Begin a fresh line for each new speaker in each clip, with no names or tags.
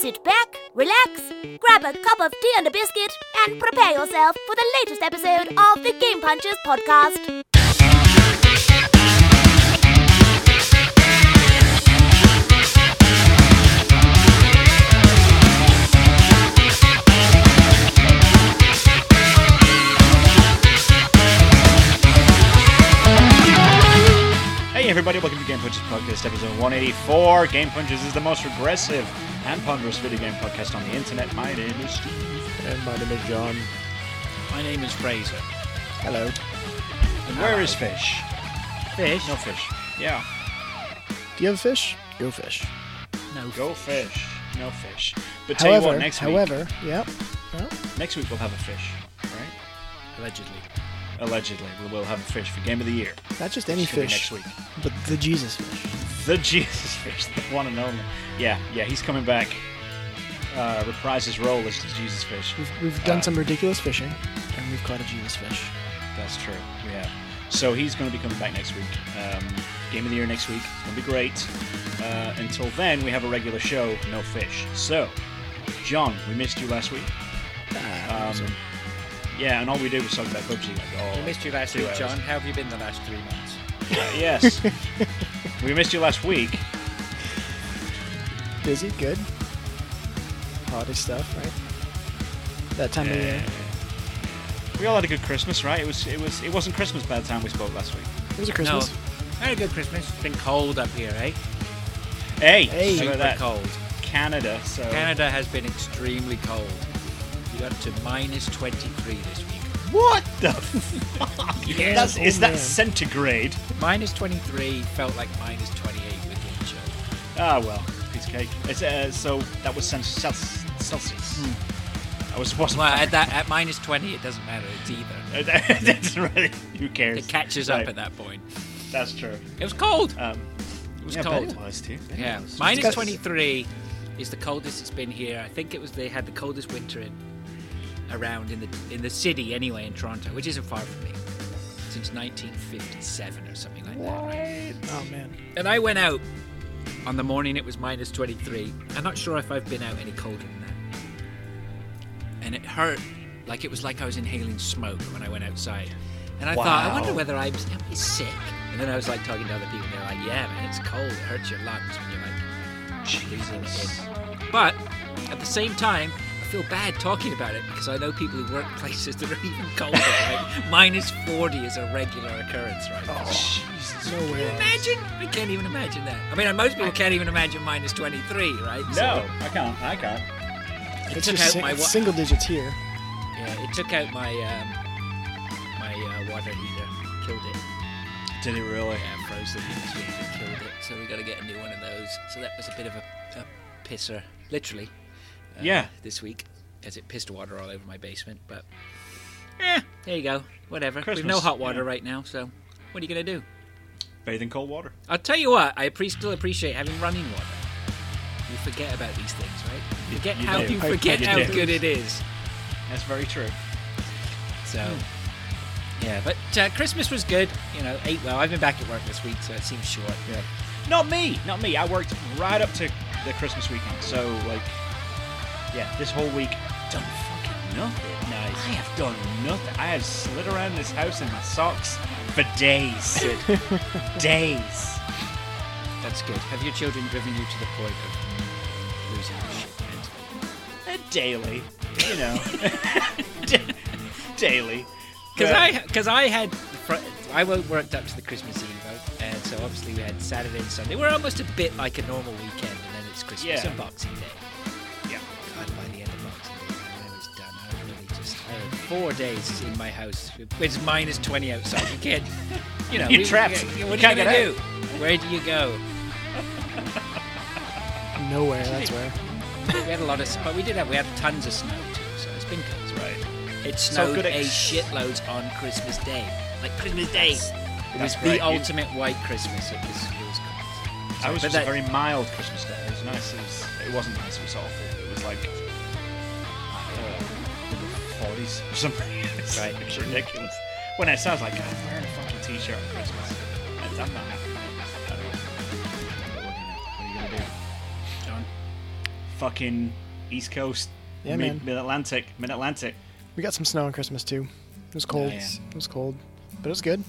Sit back, relax, grab a cup of tea and a biscuit, and prepare yourself for the latest episode of the Game Punchers podcast.
Hey everybody, welcome to Game Punches Podcast, episode 184. Game Punches is the most regressive and ponderous video game podcast on the internet. My name is Steve.
And my name is John.
My name is Fraser.
Hello.
And where is Fish?
Fish?
No fish. Yeah.
Do you have a fish? Go fish.
No.
Go fish. No fish. But tell you
However,
what, next
however, yeah. Well,
week next week we'll have a fish. Right?
Allegedly.
Allegedly, we will have a fish for game of the year.
not just any
Should be
fish.
next week.
But the Jesus fish.
The Jesus fish, the one and only. Yeah, yeah, he's coming back. Uh, reprise his role as the Jesus fish.
We've, we've done
Uh,
some ridiculous fishing, and we've caught a Jesus fish.
That's true. Yeah. So he's going to be coming back next week. Um, Game of the year next week. It's going to be great. Uh, until then, we have a regular show, no fish. So, John, we missed you last week.
Ah,
Um,
so-
Yeah, and all we did was talk about Bubsy. Like, oh,
We missed you last
two
week,
hours.
John. How have you been the last three months?
Uh, yes. we missed you last week.
busy, good. Holiday stuff, right? That time of year.
We all had a good Christmas, right? It was it was it wasn't Christmas by the time we spoke last week.
It was a Christmas.
No. Very good Christmas. It's been cold up here, eh?
Hey,
Hey.
how
Super
about that? Oh.
cold.
Canada. So
Canada has been extremely cold. We got to minus 23 this week.
what the? Fuck?
Yeah.
That's- is
Oh,
that
man.
centigrade?
Minus 23 felt like minus 28 with wind chill.
Ah, well, piece of cake. It's, uh, so that was cent- cel- Celsius. I was wasn't.
Well, at that at minus 20, it doesn't matter. It's either.
That's right. Who cares?
It catches
Right,
up at that point.
That's true.
It was cold.
Um,
It was
yeah, bet
cold.
it was too. Bet it
Yeah,
was.
minus
got-
23 is the coldest it's been here. I think it was they had the coldest winter in around in the in the city anyway in Toronto, which isn't far from me, since 1957 or something like that. Right?
Oh man.
And I went out on the morning it was minus 23. I'm not sure if I've been out any colder than that. And it hurt, like it was like I was inhaling smoke when I went outside. And I thought, I wonder
Wow.
whether I'm, am I sick. And then I was like talking to other people, and they're like, "Yeah, man, it's cold. It hurts your lungs when you're like."
Jesus.
But at the same time, I feel bad talking about it because I know people who work places that are even colder. right? Minus 40 is a regular occurrence right now.
Jesus.
No way.
Imagine! I can't even imagine that. I mean, most people can't even imagine minus 23, right?
No, I can't. I can't.
it
It's
took
just
out
sing-
my
it's
wa-
single digits here.
yeah, it took out my um, my uh, water heater, killed it.
Did it really?
Yeah, froze the heater, heater, killed it. So we got to get a new one of those. So that was a bit of a, a pisser, literally. uh,
Yeah.
this week as it pissed water all over my basement. But eh, there you go. Whatever. We've no
Christmas,
hot water
yeah.
right now, so what are you gonna do?
Bathe in cold water.
I'll tell you what. I appre still appreciate having running water. You forget about these things, right? You forget
you
how
do.
you
I-
forget
you
how
do.
good it is.
That's very true.
So yeah, but uh, Christmas was good. You know, ate well. I've been back at work this week, so it seems short.
Yeah. Not me. Not me. I worked right up to the Christmas weekend. So like, yeah, this whole week done fucking nothing.
Nice.
I have done nothing. I have slid around this house in my socks for days. days.
That's good. Have your children driven you to the point of losing your shit mentally?
Uh, daily. You know. Da- daily.
Because
But-
I, because I had, fr- I wo- worked up to the Christmas Eve, uh, and so obviously we had Saturday and Sunday. We're almost a bit like a normal weekend, and then it's Christmas
Yeah.
and Boxing Day.
Yeah.
God, by the end of Boxing Day, man, I was done. I really just, I had four days in my house. It's minus twenty outside. You can't, you know,
You're
we-
trapped.
you-
You
What are
can't
you
get
gonna do? Where do you go?
Nowhere. That's where.
We had a lot of, s- but we did have, we had tons of snow too, so it's been good.
Right.
It snowed
good
a
ex-
shitload on Christmas Day. Like Christmas Day. it
that's
was
great.
the
You-
ultimate white Christmas. It was. It was cool.
I was
But
just
that-
a very mild Christmas day. It was nice. It, was, it wasn't nice. It was awful. It was like forties or something. It's,
Right.
It's ridiculous. When it sounds like "God, I'm wearing a fucking t-shirt at Christmas, It's- I'm not happy. I don't know. What are you gonna do?
John.
fucking East Coast,
Yeah, man.
mid Atlantic, mid Atlantic.
We got some snow on Christmas too. It was cold.
Nice.
It was cold, but it was good.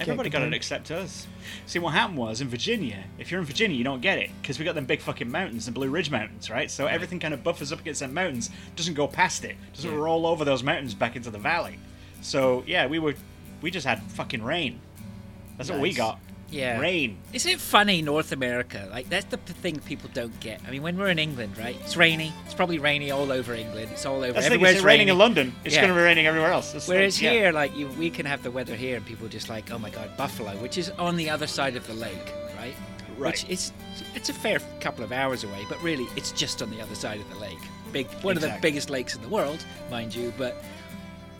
Everybody got it
complain.
except us. See, what happened was in Virginia, if you're in Virginia, you don't get it because we got them big fucking mountains, the Blue Ridge Mountains, right? So everything kind of buffers up against them mountains, doesn't go past it, doesn't
Yeah.
roll over those mountains back into the valley. So yeah, we were, we just had fucking rain. That's what we
Nice.
got.
Yeah.
Rain.
Isn't it funny, North America? Like, that's the p- thing people don't get. I mean, when we're in England, right? It's rainy. It's probably rainy all over England. It's all over.
That's the thing.
Everywhere's
It's raining
rainy.
in London. It's
Yeah.
going to be raining everywhere else. That's the
Whereas
thing, yeah.
here, like, you, we can have the weather here, and people just like, oh my god, Buffalo, which is on the other side of the lake, right?
Right.
Which is, it's a fair couple of hours away, but really, it's just on the other side of the lake. Big, one of the
Exactly.
biggest lakes in the world, mind you, but.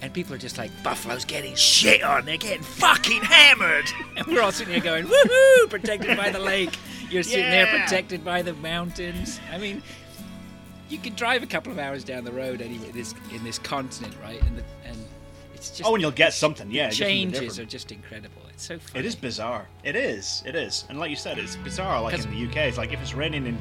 And people are just like, Buffalo's getting shit on. They're getting fucking hammered. And we're all sitting here going, woohoo, protected by the lake. You're sitting there
Yeah.
protected by the mountains. I mean, you can drive a couple of hours down the road anyway this in this continent right and the, and it's just
Oh, and you'll get something. Yeah, it gives them the
changes
different-
are just incredible it's so funny.
It is bizarre. It is. It is. And like you said, it's bizarre. Like in the UK, it's like if it's raining in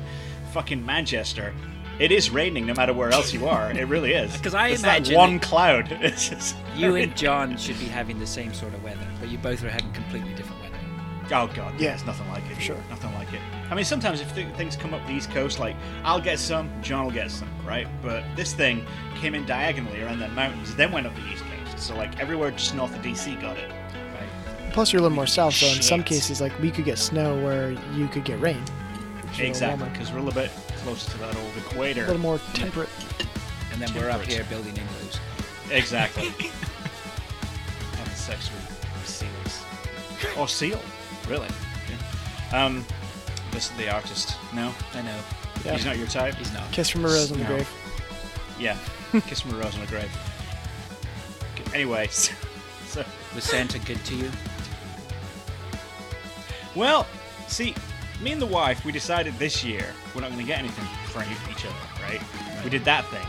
fucking Manchester, it is raining no matter where else you are. It really is.
'Cause I
it's
imagine
that one cloud. It's just,
you and john should be having the same sort of weather but you both are having completely different weather
oh god, yeah,
Yeah.
it's nothing like it.
Sure.
nothing like it. I mean, sometimes if th- things come up the east coast, like I'll get some, John will get some, right? But this thing came in diagonally around the mountains, then went up the east coast. So like everywhere just north of DC got it.
right
Plus, you're a little more south, so in some
Shit.
cases, like we could get snow where you could get rain. which is a little
Exactly,
warmer.
because we're a little bit closer to that old equator.
A little more temperate.
and then we're up
Temperate.
here building igloos
Exactly. Having sex with seals. Or seal, really. Yeah. Um, this the artist. No,
i know
Yeah.
he's not your type.
he's not
Kiss from a rose on the
No.
grave.
Yeah, kiss from a rose on a grave. G- Anyway, so, so-
was santa good to you
well, see, me and the wife, we decided this year we're not going to get anything for any- each other, right? We did that thing,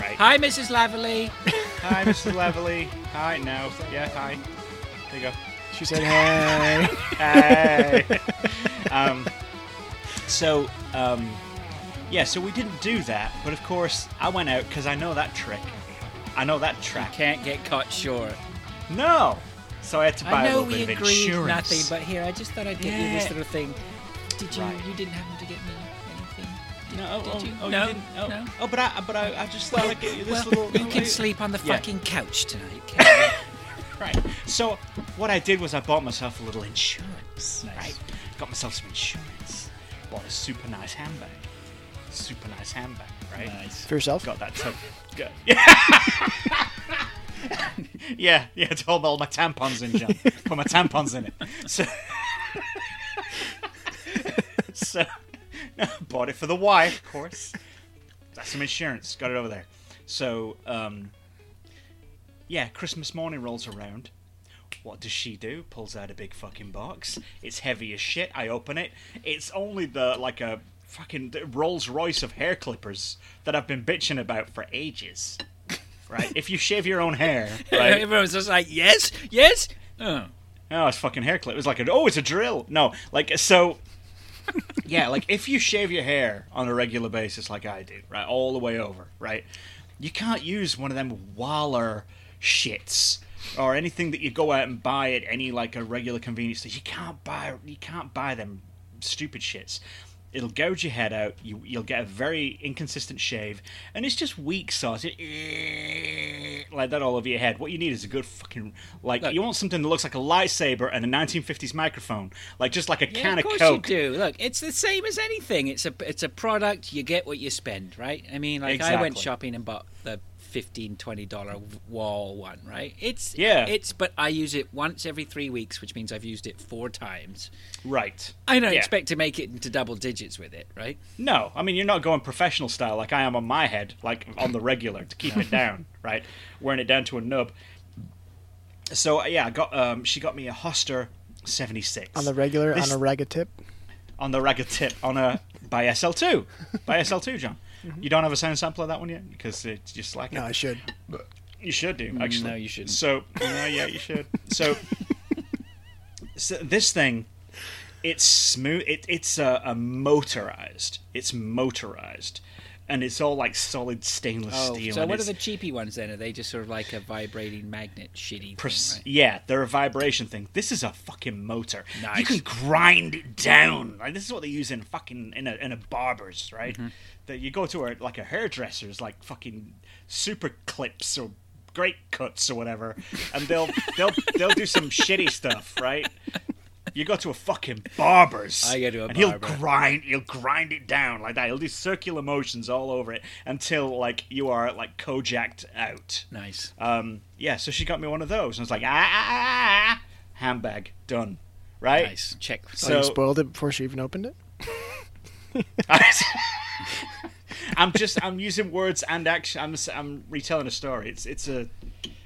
right?
hi mrs laverley
Hi, Mr. Leverly. Hi, no, yeah, hi. There you go.
She said, "Hey."
Hey. um, so, um, yeah, so we didn't do that, but of course, I went out because I know that trick. I know that
you
track.
can't get caught short
No! So I had to buy
i
a
know
little
we
bit of
agreed
insurance.
nothing but here i just thought i'd get you this
Yeah.
little thing did you
Right.
you didn't happen to get me anything Did-
no, oh,
did
oh,
you?
oh,
no,
you didn't. Oh,
no.
oh, but I, but I, I just thought I'd get you this
Well,
little.
you can sleep on the
Yeah.
fucking couch tonight. Can't
Right. So what I did was I bought myself a little insurance.
Nice.
Right. Got myself some insurance. Bought a super nice handbag. Super nice handbag. Right.
Nice.
For yourself?
Got that tub. Got- Yeah. yeah, yeah, it's all all my tampons in, John. Put my tampons in it. So, so no, bought it for the wife, of course. That's some insurance. Got it over there. So, um, yeah, Christmas morning rolls around. What does she do? Pulls out a big fucking box. It's heavy as shit. I open it. It's only the like a fucking Rolls Royce of hair clippers that I've been bitching about for ages. Right? if you shave your own hair, right?
Everyone's just like, yes, yes. Oh.
Oh, it's fucking hair clip. It was like, an, oh, it's a drill. No, like so. Yeah, like if you shave your hair on a regular basis, like I do, right, all the way over, right, you can't use one of them Waller shits or anything that you go out and buy at any like a regular convenience store. You can't buy, you can't buy them stupid shits. It'll gouge your head out. You, you'll get a very inconsistent shave, and it's just weak sauce, It- like that all over your head. What you need is a good fucking like.
Look.
You want something that looks like a lightsaber and a 1950s microphone, like just like a
Yeah,
can
of
of,
course
Coke.
you do. Look, it's the same as anything. It's a it's a product. You get what you spend, right? I mean, like I went
Exactly.
shopping and bought the 15 20 dollar wall one, right? It's
Yeah.
It's but I use it once every three weeks, which means I've used it four times.
Right.
I don't
Yeah.
expect to make it into double digits with it, right?
No, I mean you're not going professional style like I am on my head, like on the regular to keep it down, right? Wearing it down to a nub. So yeah, I got um, she got me a Hoster 76
On the regular,
This-
on a ragged tip.
on the ragged tip on a by SL2 by SL2, John. You don't have a sound sampler of that one yet because it's just like
Mm-hmm. No, I should.
You should do actually.
Mm, no, you shouldn't.
So no, yeah, you should. So, so this thing, it's smooth. It, it's uh, a, a motorized. It's motorized, and it's all like solid stainless
Oh,
steel.
so
and
what are
it's-
the cheapy ones then? Are they just sort of like a vibrating magnet shitty
Pres-
thing, right?
Yeah, they're a vibration thing. This is a fucking motor. You
Nice.
can grind it down. Like this is what they use in fucking in a in a barber's, right?
Mm-hmm.
That you go to a like a hairdresser's, like fucking super clips or great cuts or whatever, and they'll they'll they'll do some shitty stuff, right? You go to a fucking barber's.
I go to a
and he'll
barber.
grind, he'll grind it down like that. He'll do circular motions all over it until like you are like kojacked out
Nice.
um, yeah, so she got me one of those, and I was like, ah, ah, ah, ah, handbag, done, right?
Nice. Check.
So you
So
spoiled it before she even opened it?
I'm just I'm using words and action. I'm s- I'm retelling a story. It's it's a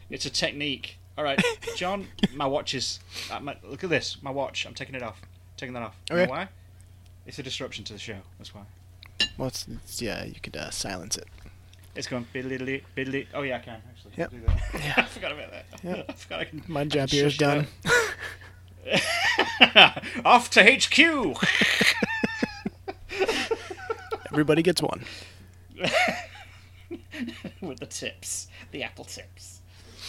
it's a technique. All right, John, my watch is. uh, my- look at this, my watch. I'm taking it off. Taking that off. You know
Okay.
why? It's a disruption to the show. That's why.
Well, it's, it's- yeah, you could uh, silence it.
It's going biddly biddly. Oh yeah, I can actually.
Yep.
Do that. I forgot about that. I forgot I can.
My
I can
job here is
shush
done.
that. off to HQ.
Everybody gets one.
with the tips, the apple tips.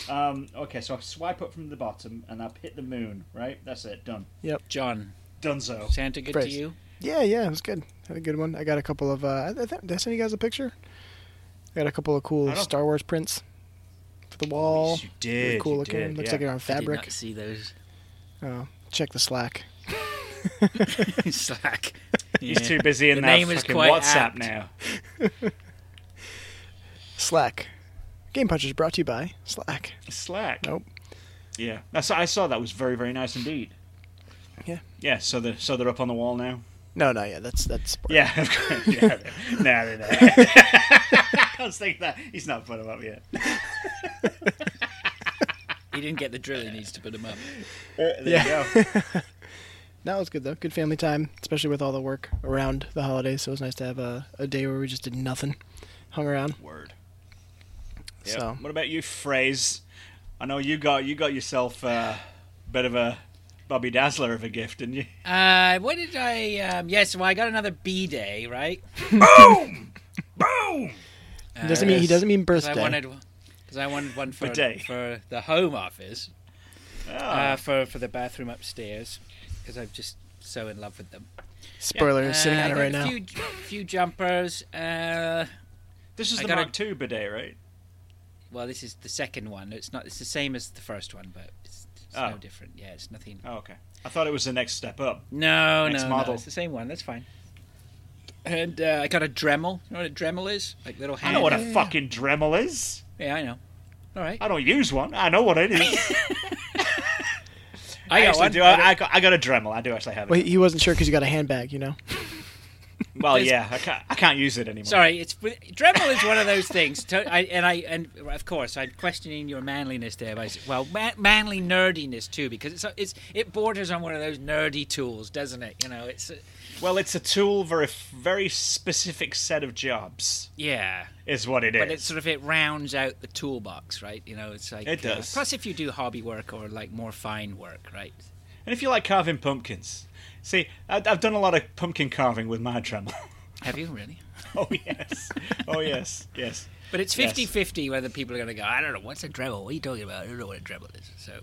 Um, okay, so I swipe up from the bottom and I've hit the moon, right? That's it, done.
John,
Dunzo.
Santa good
Praise.
to you?
Yeah, yeah, it was good. Had a good one. I got a couple of. Uh, I th- did I send you guys a picture? I got a couple of cool
I don't-
Star Wars prints for the wall.
you
Really
did.
cool looking. Looks like they're on
I did
fabric.
not see those.
Oh, check the Slack.
Slack.
He's
Yeah.
too busy in
The
that
name is
fucking
quite
WhatsApp
apt.
now.
Slack. Game Punchers brought to you by Slack.
Slack.
Nope.
Yeah, that's, I saw that was very very nice indeed.
Yeah.
Yeah. So they're so they're up on the wall now.
No, no, yeah, that's that's.
Yeah. of course. yeah. No, no, no. I was thinking that he's not put him up yet.
Uh,
He didn't get the drill he needs to put him up.
There
Yeah.
you go.
That was good though. Good family time, especially with all the work around the holidays. So it was nice to have a, a day where we just did nothing, hung around.
Word. Yeah.
So
What about you, Phrase? I know you got you got yourself uh, a bit of a Bobby Dazzler of a gift, didn't you?
Uh, what did I? Um, yes, well, I got another B day, right?
Boom!
Uh,
doesn't mean he doesn't mean
'cause I
birthday.
wanted, because I wanted one for
Bidet.
for the home office,
Ah,
uh, for for the bathroom upstairs, because I'm just so in love with them.
Spoiler is sitting
Uh,
on
I
it
got
right
a
now.
Few, few jumpers. Uh,
this is
I
the
gotta-
Mark II bidet, right?
well, this is the second one. It's not. It's the same as the first one, but it's, it's
Oh.
no different. Yeah, it's nothing.
Oh, okay. I thought it was the next step up.
No,
Next
no,
model.
no, it's the same one. That's fine. And uh, I got a Dremel. You know what a Dremel is? Like little
I
hand.
know what a fucking Dremel is.
Yeah, I know. All right.
I don't use one. I know what it is.
I got
actually
one. Uh,
do. I, I, got, I got a Dremel. I do actually have it.
Well, he- he wasn't sure because you got a handbag, you know.
well, yeah. I can't, I can't use it anymore.
Sorry, it's Dremel is one of those things. To, I, and I and of course I'm questioning your manliness there. But it's- well, ma- manly nerdiness too, because it's, it's it borders on one of those nerdy tools, doesn't it? You know, it's uh,
Well, it's a tool for a f- very specific set of jobs,
yeah.
is what it is.
But it's sort of it rounds out the toolbox, right? You know, it's like uh,
It does.
plus, if you do hobby work or like more fine work, right?
And if you like carving pumpkins, see, I, I've done a lot of pumpkin carving with my Dremel.
Have you really?
oh yes. Oh yes. Yes.
But it's
Yes.
50 50 whether people are going to go, I don't know, what's a Dremel? What are you talking about? I don't know what a Dremel is. So,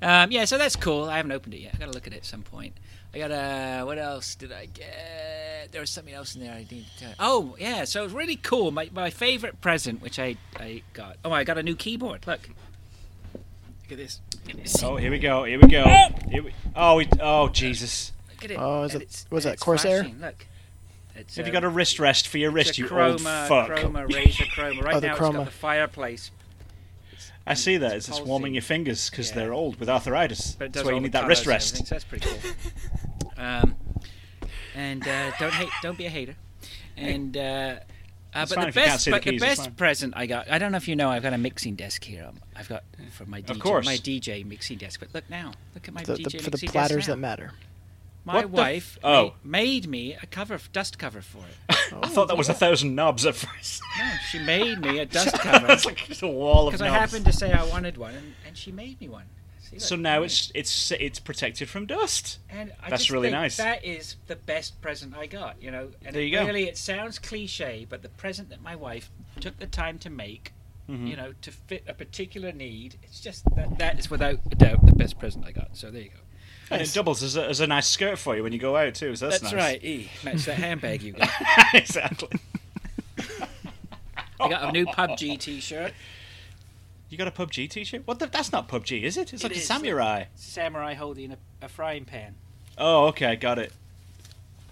um, yeah, so that's cool. I haven't opened it yet. i got to look at it at some point. I got to, what else did I get? There was something else in there I didn't. tell- Oh, yeah, so it was really cool. My, my favorite present, which I, I got. Oh, I got a new keyboard. Look. Look at this. Look at this.
Oh, here we go. Here we go. Here we, oh, we, oh, Jesus!
Look at it.
Oh, is
And
it-
it's-
was
and
that
it's
Corsair?
flashing. Look. It's,
Have you
um,
got a wrist rest for your
it's
wrist,
a
you old
chroma,
fuck?
chroma, razor chroma. Right
Oh, the
now it's
chroma.
got the fireplace
I see that. It's, just
pulsing.
warming your fingers because
Yeah.
they're old with arthritis.
But it does
That's why you
all the
need that wrist
colours and
rest.
everything, so that's pretty cool. um, and uh, don't hate, don't be a hater. And uh, uh,
It's
but
fine
the
if you can't
best,
see the
but the
keys, it's
best
fine.
present I got. I don't know if you know, I've got a mixing desk here. Um, I've got for my DJ,
course.
my DJ mixing desk. But look now, look at my
The,
DJ
the, for the
mixing
platters
desk now.
that matter.
My
What the f-
wife ma-
oh.
made me a cover, f- dust cover for it.
I thought that was a thousand knobs at first.
No, she made me a dust cover
That's like just a wall of
because
knobs.
I happened to say I wanted one, and, and she made me one. See,
So
look.
now it's it's it's protected from dust.
And I
That's
just
really
think
nice.
That is the best present I got, you know. And
There you
it
go.
really, it sounds cliche, but the present that my wife took the time to make,
Mm-hmm.
you know, to fit a particular need, it's just that that is without a doubt the best present I got. So there you go.
And it doubles as a, as a nice skirt for you when you go out too. So that's, nice.
right. E match that handbag you got.
exactly.
I got a new PUBG T-shirt,
You got a PUBG T-shirt? What? The, that's not PUBG, is it? It's like a
is.
samurai.
samurai holding a, a frying pan.
Oh, okay, got it.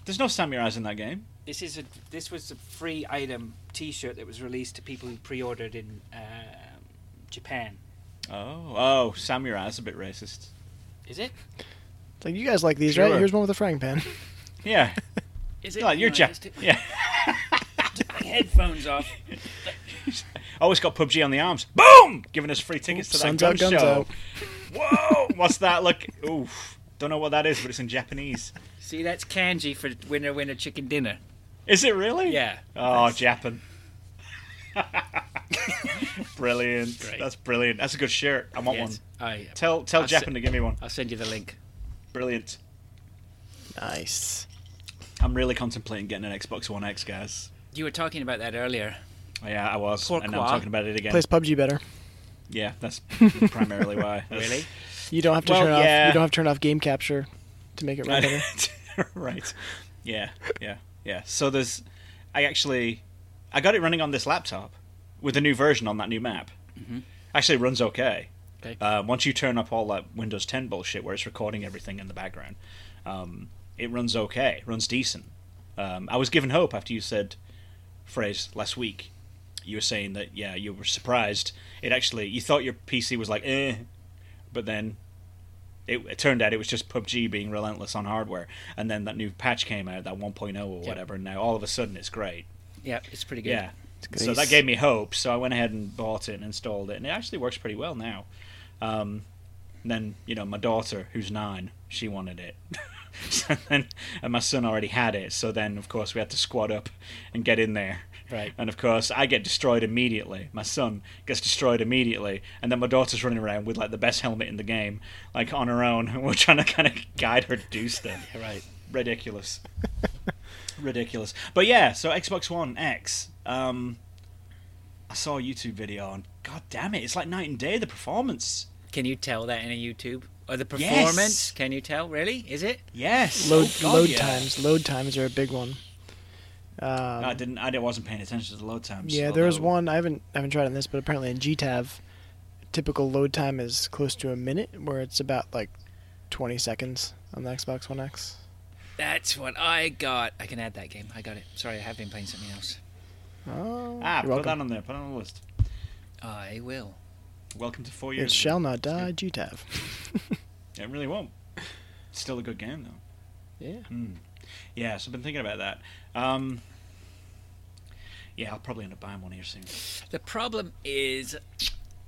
There's no samurais in that game.
This is a this was a free item T-shirt that was released to people who pre-ordered in um Japan.
Oh, oh, samurai's a bit racist.
Is it?
It's like you guys like these, right?
Sure.
Here's one with a frying pan.
Yeah,
Is it?
like you're
No, I
Jap.
just took
Yeah.
my headphones off.
Oh, it's got PUBG on the arms. Boom! Giving us free tickets to
Oops,
that
sun's
gun
out, guns
show.
out.
Whoa! What's that? Look, oof. Don't know what that is, but it's in Japanese.
See, that's kanji for winner winner chicken dinner.
Is it really?
Yeah.
Oh, Japan. brilliant. That's brilliant. That's a good shirt. I want one.
I,
Tell tell
I'll
Japan
se-
to give me one.
I'll send you the link.
Brilliant.
Nice.
I'm really contemplating getting an Xbox One X, guys.
You were talking about that earlier.
Oh, yeah, I was, and now I'm
Pourquoi?
talking about it again.
Plays PUBG better.
Yeah, that's primarily why.
Really?
You don't have to
Well,
turn off.
yeah.
You don't have to turn off game capture to make it run better.
right. Yeah, yeah, yeah. So there's, I actually, I got it running on this laptop with a new version on that new map. Actually, it runs okay.
Okay.
Uh, once you turn up all that Windows 10 bullshit where it's recording everything in the background, um, it runs okay. It runs decent. Um, I was given hope after you said phrase last week. You were saying that yeah, you were surprised. It actually you thought your PC was like eh, but then it, it turned out it was just PUBG being relentless on hardware, and then that new patch came out, that 1.0 or whatever, and now all of a sudden it's great.
Yeah, it's pretty good.
Yeah. So
great.
that gave me hope. So I went ahead and bought it and installed it, and it actually works pretty well now. Um, and then you know my daughter, who's nine, she wanted it, so then, and my son already had it. So then of course we had to squad up and get in there.
Right.
And of course I get destroyed immediately. My son gets destroyed immediately, and then my daughter's running around with like the best helmet in the game, like on her own, and we're trying to kind of guide her to do stuff
Right.
ridiculous ridiculous but yeah so xbox one x um i saw a youtube video and god damn it it's like night and day the performance
Can you tell that in a YouTube? Or the
Yes.
performance? Can you tell? Really? Is it?
yes
Load
Oh, God,
load
yeah.
times. Load times are a big one. Um,
No, i didn't i didn't- wasn't paying attention to the load times
yeah, there was
although-
one I haven't I haven't tried on this, but apparently in GTAV, typical load time is close to a minute, where it's about like 20 seconds on the Xbox One X.
That's what I got. I can add that game. I got it. Sorry, I have been playing something else.
Oh,
ah
you're
put that
welcome.
on there put it on the list
I will.
welcome to four years
It shall not die, GTAV.
it really won't still a good game though
Yeah.
yeah so i've been thinking about that um yeah i'll probably end up buying one here soon
The problem is,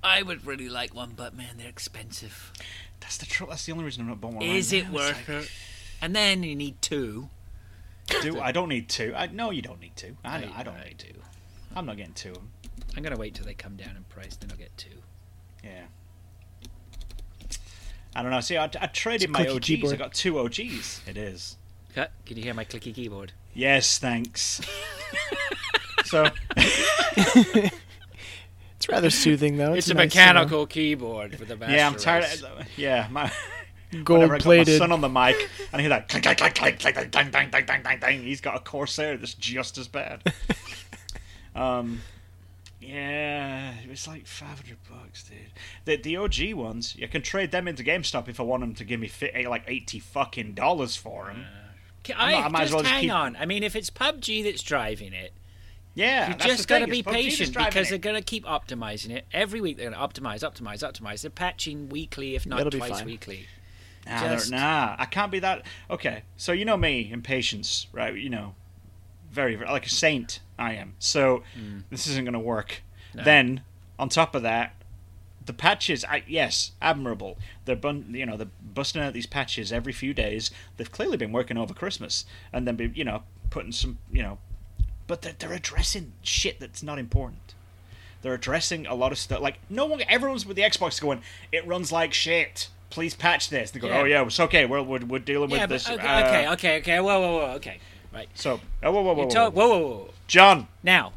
I would really like one, but man, they're expensive.
that's the tr- that's the only reason i'm not buying one
Is
right
it
now. Oh, It's
worth it? And then you need two.
Do I don't need two? I, no, you don't need two. I, I don't need two.
do.
I'm not getting two. of 'em.
I'm gonna wait till they come down in price, then I'll get two.
Yeah. I don't know. See, I, I traded
It's a
my
clicky
OGs. I
keyboard.
got two OGs. It is.
Cut. Can you hear my clicky keyboard?
Yes, thanks. so
It's rather soothing though. It's,
It's, a
nice, uh, you know,
mechanical keyboard with a
yeah, I'm tired. Of, yeah, my whenever I got my
gold-plated.
son on the mic, and I hear that click click click click click click dang dang dang dang dang dang. He's got a Corsair that's just as bad. um, yeah, it was like 500 bucks, dude. The the OG ones, you can trade them into GameStop if I want them to give me fi- eh, like 80 fucking dollars for them.
I,
not- I might as
just
well just
hang
keep-
on. I mean, if it's PUBG that's driving it,
Yeah,
you
that's
just
the
got to
thing,
be
it's PUBG that's
patient
driving
because
it.
they're going to keep optimizing it every week. They're going to optimize, optimize, optimize. They're patching weekly, if not
It'll be
twice
fine.
weekly.
Nah, they're-
Just-
nah, I can't be that. Okay, so you know me, impatience, right? You know, very, very like a saint I am. So this isn't going to work. Then on top of that, the patches, I, yes, admirable. They're bun, you know, they're busting out these patches every few days. They've clearly been working over Christmas and then be, you know, putting some, you know, but they're, they're addressing shit that's not important. They're addressing a lot of stuff. Like no one, everyone's with the Xbox going, it runs like shit. please patch this. They go,
Yeah.
oh yeah, it's okay. We're we're, we're dealing with
yeah,
this.
but, okay,
uh,
okay, okay, okay. Whoa, whoa, whoa. Okay, right.
So, oh, whoa, whoa, whoa,
You
whoa,
talk.
whoa.
Whoa, whoa, whoa.
John,
Now,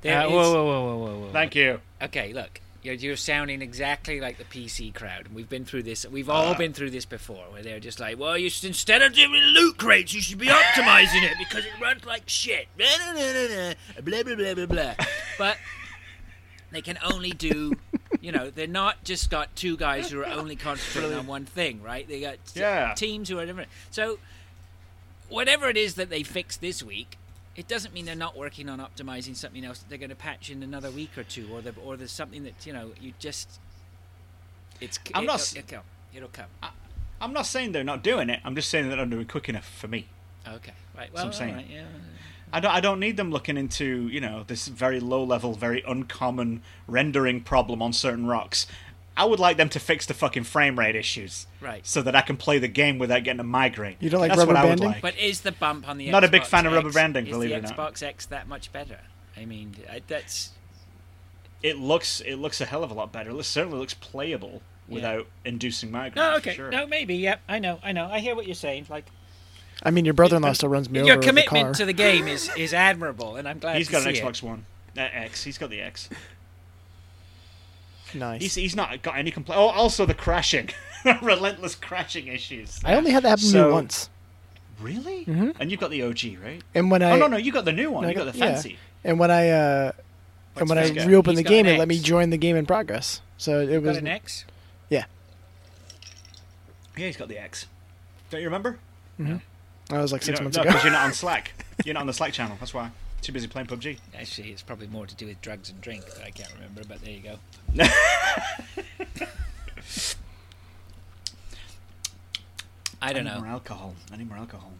there
Uh,
is-
whoa, whoa, whoa, whoa, whoa, whoa.
thank you.
Okay, look, you're, you're sounding exactly like the PC crowd, and we've been through this. We've all been through this before, where they're just like, "Well, you should, instead of doing loot crates, you should be optimizing it because it runs like shit." Blah blah blah blah blah blah blah. blah, blah. But they can only do, you know, they're not just got two guys who are only concentrating on one thing, right? They got t-
Yeah.
teams who are different. So whatever it is that they fix this week, it doesn't mean they're not working on optimizing something else that they're going to patch in another week or two, or the or there's something that you know you just. It's.
I'm
it'll,
not s-
It'll come. It'll come.
I'm not saying they're not doing it. I'm just saying that I'm doing it quick enough for me.
okay. Right. Well.
I'm saying.
all right, yeah.
I don't, I don't need them looking into, you know, this very low level, very uncommon rendering problem on certain rocks. I would like them to fix the fucking frame rate issues.
Right.
So that I can play the game without getting a migraine.
You don't like
That's
rubber
what I would
banding?
like.
But is the bump on the
Not
Xbox
a big fan of rubber
X-
banding,
is
believe
the
it or not.
Xbox X that much better? I mean, I- that's
it looks it looks a hell of a lot better. It certainly looks playable without inducing migraines.
no,
for
okay,
sure.
no, maybe, yeah, I know, I know, I hear what you're saying. Like
I mean, your brother-in-law still runs me
your
over with a
commitment
car.
to the game is is admirable, and I'm glad
He's
to
got an
see it.
Xbox One. Uh, X. He's got the X.
nice.
He's, he's not got any complaint. Oh, also the crashing, relentless crashing issues.
I only had that happen to
So-
me once,
Really? And you've got the OG, right?
and when Mm-hmm. I
oh no, no, you got the new one.
I
You got
got-
the
yeah.
fancy.
and when I uh, and when I
this guy?
reopened
He's
the
got an
game, it let me
X.
join the game in progress. So it
Got
was
an X?
Yeah, he's got the X. Don't you remember?
I was like six
you
months
no,
ago.
because you're not on Slack. You're not on the Slack channel. That's why. Too busy playing PUBG.
Actually, it's probably more to do with drugs and drink that I can't remember, but there you go. I don't
I need more
know.
alcohol. I need more alcohol.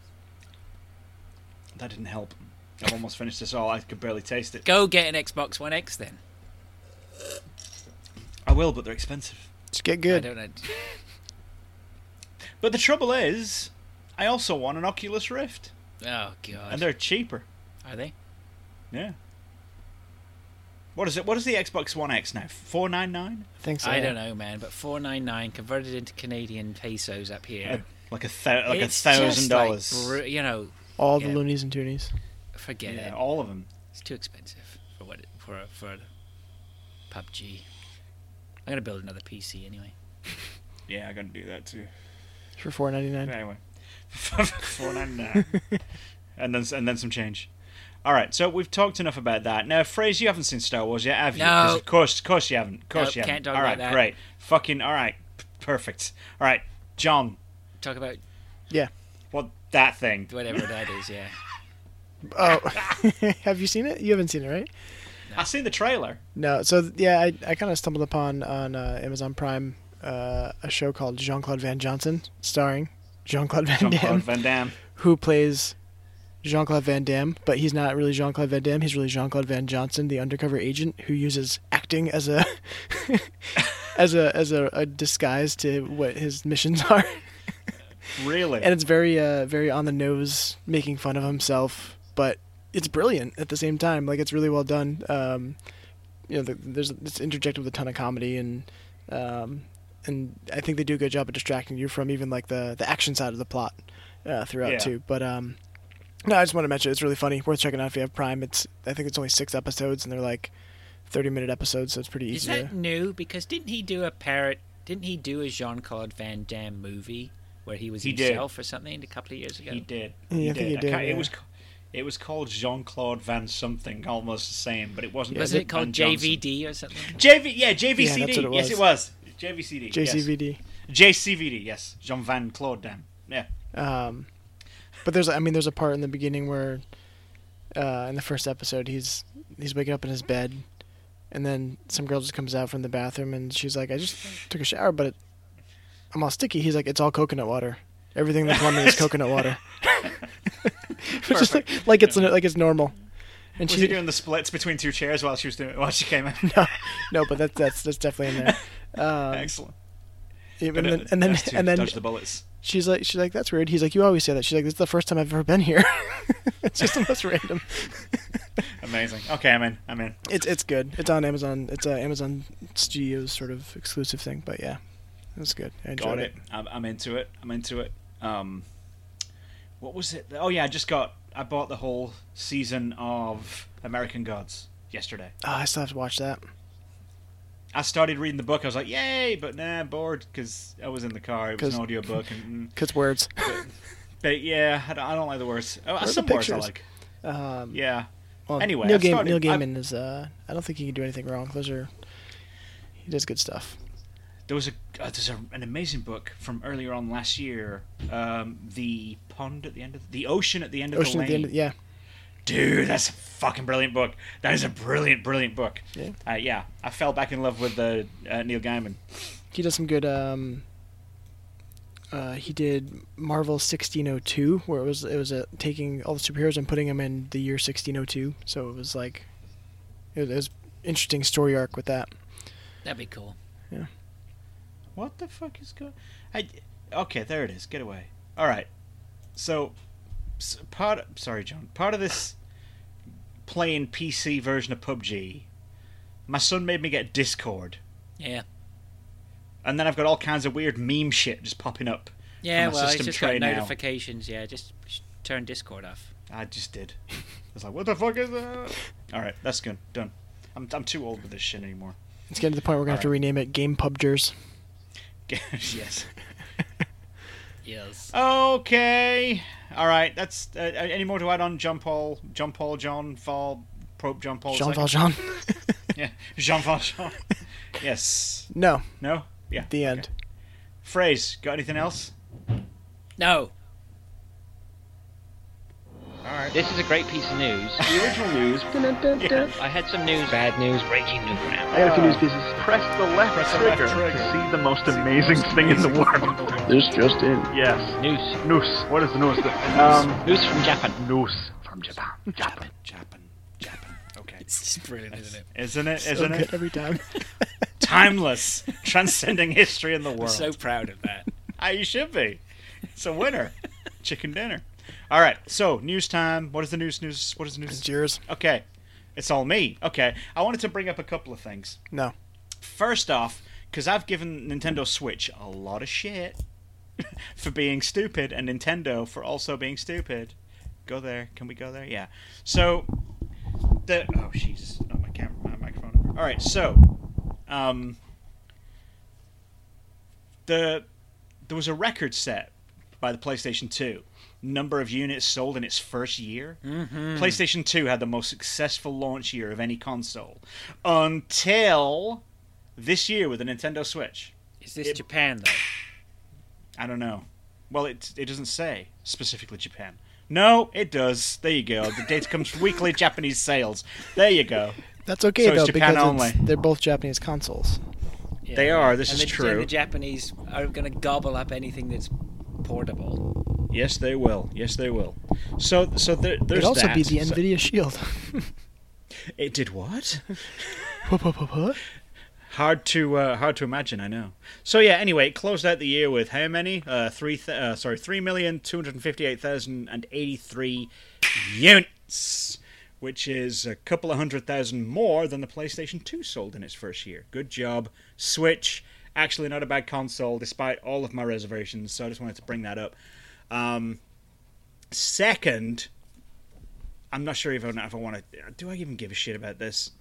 That didn't help. I've almost finished this all. I could barely taste it.
Go get an Xbox One X then.
I will, but they're expensive.
Just get
I
good.
don't know.
But the trouble is, I also want an Oculus Rift,
Oh
and
god,
they're cheaper.
are they?
Yeah. What is it? What is the Xbox One X now? Four nine nine?
Thanks. uh,
I don't know, man. But four nine nine converted into Canadian pesos up here,
Like a thou- like a
it's just
thousand
like
dollars.
bru- you know,
All the
Yeah.
loonies and toonies.
forget
Yeah,
it.
all of them.
It's too expensive for what it, for for PUBG. I'm gonna build another PC anyway.
Yeah, I gotta do that too.
for four ninety nine.
Anyway, four nine nine, and then and then some change. All right, so we've talked enough about that. Now, Fraser, you haven't seen Star Wars yet, have you? 'Cause
No.
Of course, of course you haven't. Of course
Nope,
you haven't.
can't talk
all
about
right,
that.
great. Fucking all right, p- perfect. All right, John,
Talk about
Yeah.
what that thing?
whatever that is, yeah.
Oh, have you seen it? You haven't seen it, right?
I seen the trailer.
No. So th- yeah, I, I kind of stumbled upon on uh, Amazon Prime uh, a show called Jean Claude Van Johnson, starring Jean Claude Van
Jean-Claude
Damme,
Van Damme.
who plays Jean Claude Van Damme, but he's not really Jean Claude Van Damme. He's really Jean Claude Van Johnson, the undercover agent who uses acting as a as a as a, a disguise to what his missions are.
Really?
and it's very uh very on the nose making fun of himself but it's brilliant at the same time like it's really well done um you know the, there's it's interjected with a ton of comedy and um and i think they do a good job of distracting you from even like the the action side of the plot uh throughout
Yeah.
too but um no i just want to mention it's really funny worth checking out if you have prime it's i think it's only six episodes and they're like 30 minute episodes so it's pretty
Is
easy
that
to,
new? Because didn't he do a parrot? Didn't he do a Jean Claude Van Damme movie where he was
He did.
himself or something a couple of years ago?
he did.
Yeah, I think he
I
did,
can't-
yeah.
It was. ca- It was called Jean Claude Van something, almost the same, but it wasn't.
Wasn't it called
Van Johnson.
JVD or something?
JV, yeah, JVCD.
that's what it
Yes,
was.
it was JVCD. yes.
jcvd
JCVD, yes, Jean Van Claude Damme. Yeah,
Um, but there's, I mean, there's a part in the beginning where, uh, in the first episode, he's he's waking up in his bed, and then some girl just comes out from the bathroom and she's like, "I just took a shower, but it, I'm all sticky." He's like, "It's all coconut water. Everything in the plumbing is coconut water." Which is like, like it's like it's normal. And
was
she
he doing the splits between two chairs while she was doing while she came in?
no, no, but that's that's that's definitely in there. Um,
Excellent.
Yeah,
But
And then
it-
and then
that's to
and then
dodge the bullets.
she's like she's like that's weird. He's like, "You always say that." She's like, "This is the first time I've ever been here." it's just the most random.
Amazing. Okay, I'm in. I'm in.
It's it's good. It's on Amazon. It's a Amazon Studios sort of exclusive thing, but yeah, It was good. I enjoyed
Got it. I'm, I'm into it. I'm into it. Um, what was it? Oh yeah, I just got. I bought the whole season of American Gods yesterday.
Oh, I still have to watch that.
I started reading the book. I was like, yay, but nah, bored because I was in the car. It was
'Cause-
an audio book, and, mm.
Cause words.
but yeah, I don't, I don't like the words. Oh,
are the
some words I
pictures?
like.
Um,
Yeah.
well,
Anyway,
Neil,
I started-
Neil
I-
Gaiman is. Uh, I don't think he can do anything wrong. Those are. He does good stuff.
There was a uh, there's a, an amazing book from earlier on last year. Um, the pond at the end of the ocean at the end of the
Ocean
lane.
at the end. Of, yeah.
dude that's a fucking brilliant book that is a brilliant brilliant book
Yeah.
uh, yeah i fell back in love with uh, uh, neil gaiman
He does some good. Um, uh, he did Marvel 1602, where it was it was uh taking all the superheroes and putting them in the year 1602. So it was like, it was, it was interesting story arc with that.
That'd be cool.
what the fuck is going I... okay there it is get away all right so s- part sorry john part of this playing pc version of pubg my son made me get discord
Yeah.
and then i've got all kinds of weird meme shit just popping up
Yeah,
from my
well, it's
system
just
tray
got
now.
notifications. Yeah, just sh- turn Discord off.
I just did. I was like, what the fuck is that? All right, that's good. Done. I'm, I'm too old for this shit anymore.
It's getting to the point where we're gonna have to rename it Game Pubgers.
yes.
Yes.
Okay. All right. That's uh, any more to add on John Paul, John Paul, John Paul, Pope John Paul.
Jean
II?
Valjean.
Yeah. Jean Valjean. yes.
no,
No. Yeah.
the end.
Phrase. Got anything else?
No.
This is a great piece of news. The original news. I had some news. Bad news. Breaking news.
I got a few news pieces. Press the left
Press the left
trigger,
trigger.
to see the most amazing thing in the world.
This just in.
Yes.
News.
Noose. What is the noose? um,
News from Japan.
noose from Japan. Japan.
Japan. Japan. Okay.
It's brilliant, isn't it?
Isn't it?
So
Isn't
good
it?
every time.
Timeless, transcending history in the world.
So proud of that.
Ah, you should be. It's a winner. Chicken dinner. All right. So news time. What is the news? News. What is the news?
it's yours.
Okay. It's all me. Okay. I wanted to bring up a couple of things.
No.
First off, because I've given Nintendo Switch a lot of shit for being stupid, and Nintendo for also being stupid. Go there. Can we go there? Yeah. So the oh Jesus, not my camera, my microphone. All right. So um the there was a record set by the PlayStation 2. Number of units sold in its first year. Mm-hmm. PlayStation 2 had the most successful launch year of any console until this year with the Nintendo Switch.
Is this Japan though?
I don't know. Well, it it doesn't say specifically Japan. No, it does. There you go. The data comes from weekly Japanese sales. There you go.
That's okay
So it's
though
Japan
because it's-
only.
they're both Japanese consoles.
They are. This
and
is
the,
true.
And the Japanese are going to gobble up anything that's portable.
Yes, they will. Yes, they will. So, so there, there's
It'd also
that.
be the
So-
Nvidia Shield.
it did what?
Huh, huh, huh, huh.
hard to uh, hard to imagine. I know. So yeah. Anyway, it closed out the year with how many? Uh, three. Th- uh, sorry, three million two hundred fifty-eight thousand and eighty-three units, which is a couple of hundred thousand more than the PlayStation Two sold in its first year. Good job, Switch. Actually, not a bad console, despite all of my reservations. So I just wanted to bring that up. Um, second, I'm not sure if I, if I want to. Do I even give a shit about this?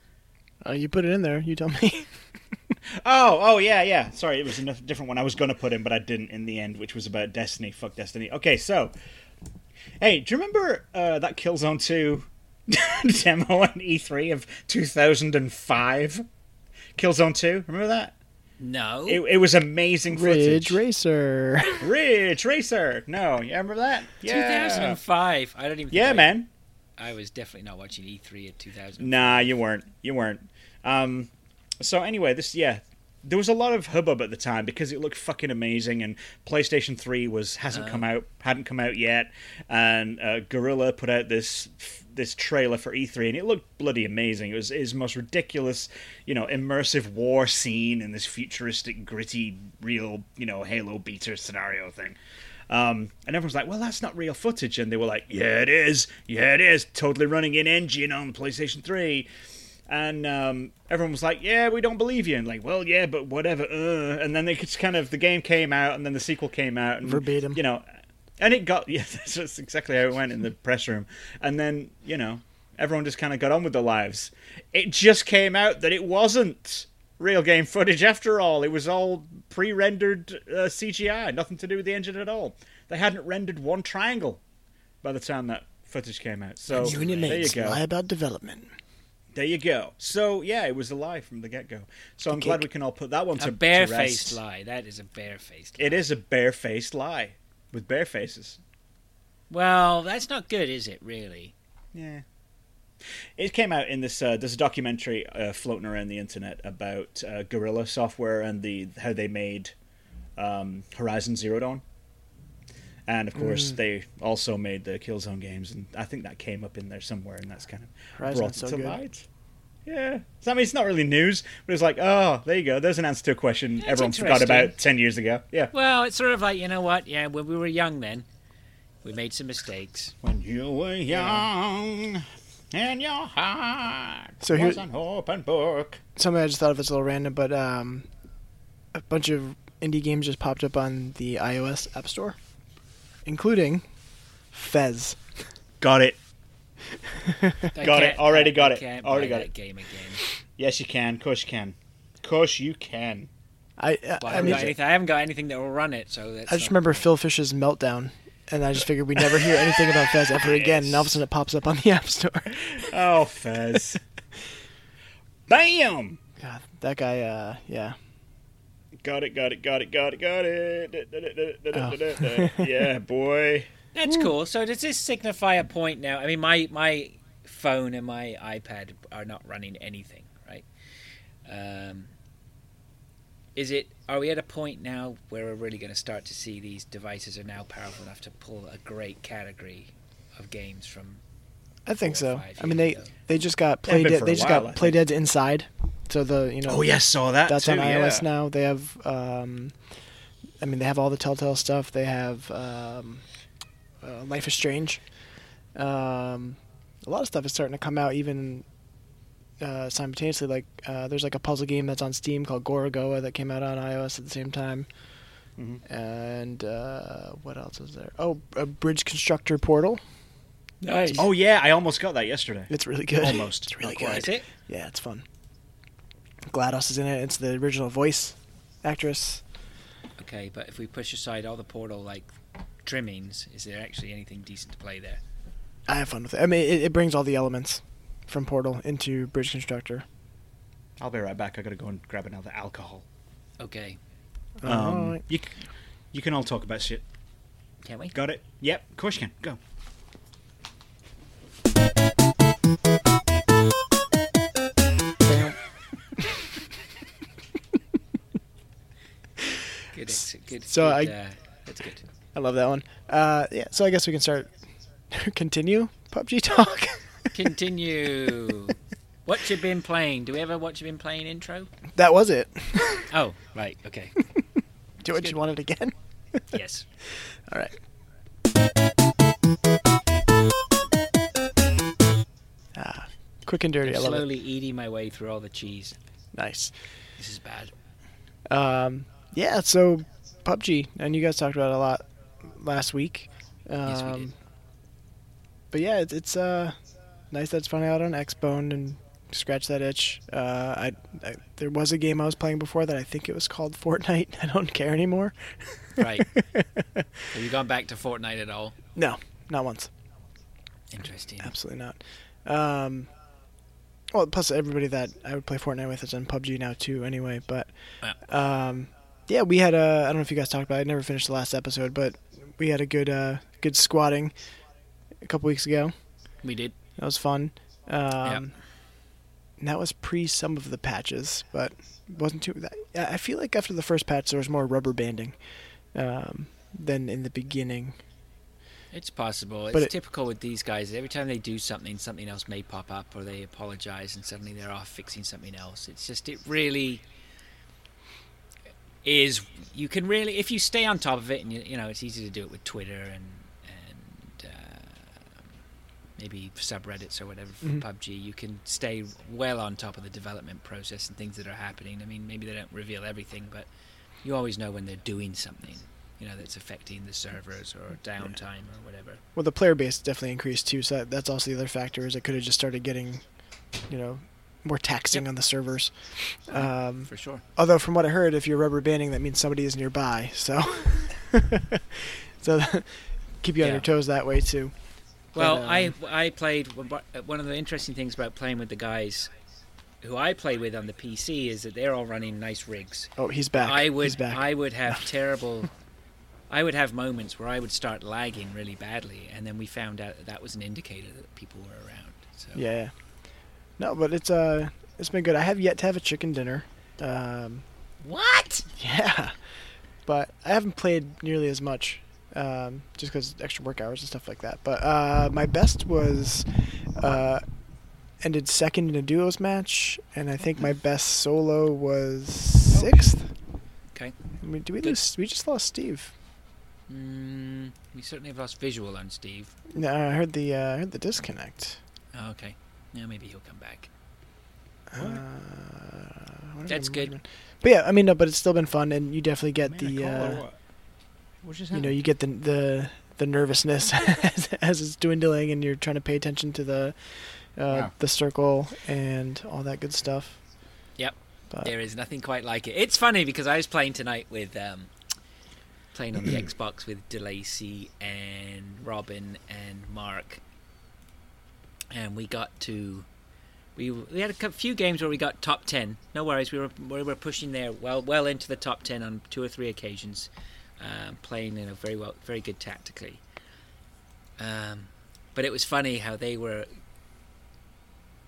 Uh, you put it in there. You tell me.
Oh, oh yeah, yeah. Sorry, it was a n- different one I was gonna put in, but I didn't in the end, which was about Destiny. Fuck Destiny. Okay, so, hey, do you remember uh, that Killzone Two demo on E3 of 2005? Killzone Two, remember that?
No.
It, it was amazing footage.
Ridge Racer.
Ridge Racer. No, you remember that? Yeah.
2005. I don't even.
Yeah,
think
man.
I, I was definitely not watching
E
E3 at 2000.
Nah, you weren't. You weren't. Um, so anyway, this yeah, there was a lot of hubbub at the time because it looked fucking amazing, and PlayStation Three was hasn't come out, hadn't come out yet, and uh, Gorilla put out this this trailer for E3, and it looked bloody amazing. It was his most ridiculous, you know, immersive war scene in this futuristic, gritty, real, you know, Halo beater scenario thing. Um, and everyone's like, well, that's not real footage. And they were like, yeah, it is. Yeah, it is. Totally running in engine on PlayStation 3. And um, everyone was like, "Yeah, we don't believe you." And like, "Well, yeah, but whatever." Uh. And then they just kind of the game came out, and then the sequel came out, and
Verbatim.
you know, and it got yeah, that's just exactly how it went in the press room. And then you know, everyone just kind of got on with their lives. It just came out that it wasn't real game footage after all. It was all pre-rendered uh, CGI, nothing to do with the engine at all. They hadn't rendered one triangle by the time that footage came out. So
Union
Oh, there you
mates
go.
lie about development.
There you go. So yeah, it was a lie from the get go. So I'm glad we can all put that one to
A
to
barefaced
rest.
lie. That is a barefaced. Lie.
It is a barefaced lie with bare faces.
Well, that's not good, is it? Really?
Yeah. It came out in this. Uh, there's a documentary uh, floating around the internet about uh, Gorilla Software and the how they made um, Horizon Zero Dawn, and of course
Mm.
they also made the Killzone games, and I think that came up in there somewhere, and that's kind of
Horizon's
brought it
so
to
good.
light. Yeah, so I mean it's not really news, but it's like, oh, there you go. There's an answer to a question everyone forgot
interesting.
about ten years ago. Yeah.
Well, it's sort of like you know what? Yeah, when we were young, then we made some mistakes.
When you were young, and your heart
So here-
was an open book.
Something I just thought of that's a little random, but um, a bunch of indie games just popped up on the iOS App Store, including Fez.
Got it.
I
Got it.
can't-
Already got
I
it.
can't
Already
buy
got
that
it.
Game again.
Yes, you can. Of course, you can. Of course, you can.
I I,
Well, I,
I,
haven't
mean,
got anything, I haven't got anything that will run it, so that's
I just
not-
remember Phil Fish's meltdown, and I just figured we'd never hear anything about Fez ever again. And all of a sudden, it pops up on the App Store.
Oh, Fez. Bam!
God, that guy. Uh, yeah.
Got it, got it, got it, got it, got it. yeah, boy.
That's cool. So does this signify a point now? I mean, my my phone and my iPad are not running anything, right? Um, is it? Are we at a point now where we're really going to start to see these devices are now powerful enough to pull a great category of games from?
I think
Four or
so.
five
I mean, they
years ago.
they just got
They've been
Playdead.
for a
They just
while, I
got Playdead's Inside, so the you know.
Oh, yeah, saw that.
That's
too,
on iOS
yeah.
now. They have. Um, I mean, they have all the Telltale stuff. They have um, uh, Life is Strange. Um, a lot of stuff is starting to come out even uh, simultaneously. Like uh, there's like a puzzle game that's on Steam called Gorogoa that came out on iOS at the same time.
Mm-hmm.
And uh, what else is there? Oh, a Bridge Constructor Portal.
Nice.
Oh, yeah, I almost got that yesterday.
It's really good.
Almost.
It's really
Not quite.
good.
is it?
Yeah, it's fun. GLaDOS is in it. It's the original voice actress.
Okay, but if we push aside all the portal like trimmings, is there actually anything decent to play there?
I have fun with it. I mean, it, it brings all the elements from Portal into Bridge Constructor.
I'll be right back. i got to go and grab another alcohol.
Okay,
Um,
Alright.
you, c- you can all talk about shit.
can we?
Got it? Yep, of course you can. Go.
Good. ex- Good.
So
good,
I-
uh, that's good.
I love that one. Uh, yeah, so I guess we can start continue PUBG talk.
Continue. what you been playing? Do we ever what you been playing intro?
that was it.
Oh, right. Okay.
George, you want it again?
yes.
All right. Ah, quick and dirty. I love it.
Slowly eating my way through all the cheese.
Nice.
This is bad.
Um, yeah, so PUBG, and you guys talked about it a lot last week. Um,
Yes, we did.
But yeah, it's, it's uh, nice that it's finally out on Xbone and scratch that itch. Uh, I, I there was a game I was playing before that I think it was called Fortnite. I don't care anymore.
Right. Have you gone back to Fortnite at all?
No, not once.
Interesting.
Absolutely not. Um, well, plus everybody that I would play Fortnite with is on PUBG now too, anyway. But um, yeah, we had a. I don't know if you guys talked about. it. I never finished the last episode, but we had a good uh, good squatting a couple weeks ago.
We did.
That was fun. Um,
Yeah.
and that was pre some of the patches, but wasn't too. That, I I feel like after the first patch, there was more rubber banding um, than in the beginning.
It's possible. It's
But it-
typical with these guys. Every time they do something, something else may pop up, or they apologize, and suddenly they're off fixing something else. It's just it really is. You can really, if you stay on top of it, and you, you know, it's easy to do it with Twitter and and uh, maybe subreddits or whatever
Mm-hmm.
for PUBG, you can stay well on top of the development process and things that are happening. I mean, maybe they don't reveal everything, but you always know when they're doing something, you know, that's affecting the servers or downtime or whatever.
Well, the player base definitely increased too, so that, that's also the other factor. Is it could have just started getting, you know, more taxing on the servers. Um,
For sure.
although, from what I heard, if you're rubber banding, that means somebody is nearby. So, so keep you on
Yeah.
your toes that way too.
Well,
But, um,
I I played one of the interesting things about playing with the guys who I play with on the PC is that they're all running nice rigs.
Oh, he's back.
I
He's
would
back.
I would have terrible I would have moments where I would start lagging really badly and then we found out that that was an indicator that people were around. So
Yeah, yeah. No, but it's uh, it's been good. I have yet to have a chicken dinner. Um,
What?
yeah, but I haven't played nearly as much, um, just because extra work hours and stuff like that. But uh, my best was uh, ended second in a duos match, and I think my best solo was sixth.
Okay.
I mean, do we lose? We just lost Steve.
Mm, we certainly have lost visual on Steve.
No, I heard the uh, I heard the disconnect.
Oh, okay. Now maybe he'll come back.
Uh, what have
That's
I
good.
been- But yeah, I mean, no, but it's still been fun, and you definitely get
Man, a
the.
call or
uh,
what?
What just
you know you get the the the nervousness as, as it's dwindling and you're trying to pay attention to the uh,
Wow.
the circle and all that good stuff
There is nothing quite like it. It's funny because I was playing tonight with um, playing on the Xbox with DeLacy and Robin and Mark, and we got to we we had a cou- few games where we got top ten. No worries, we were we were pushing there well well into the top ten on two or three occasions, um, playing you know very well very good tactically. Um, but it was funny how they were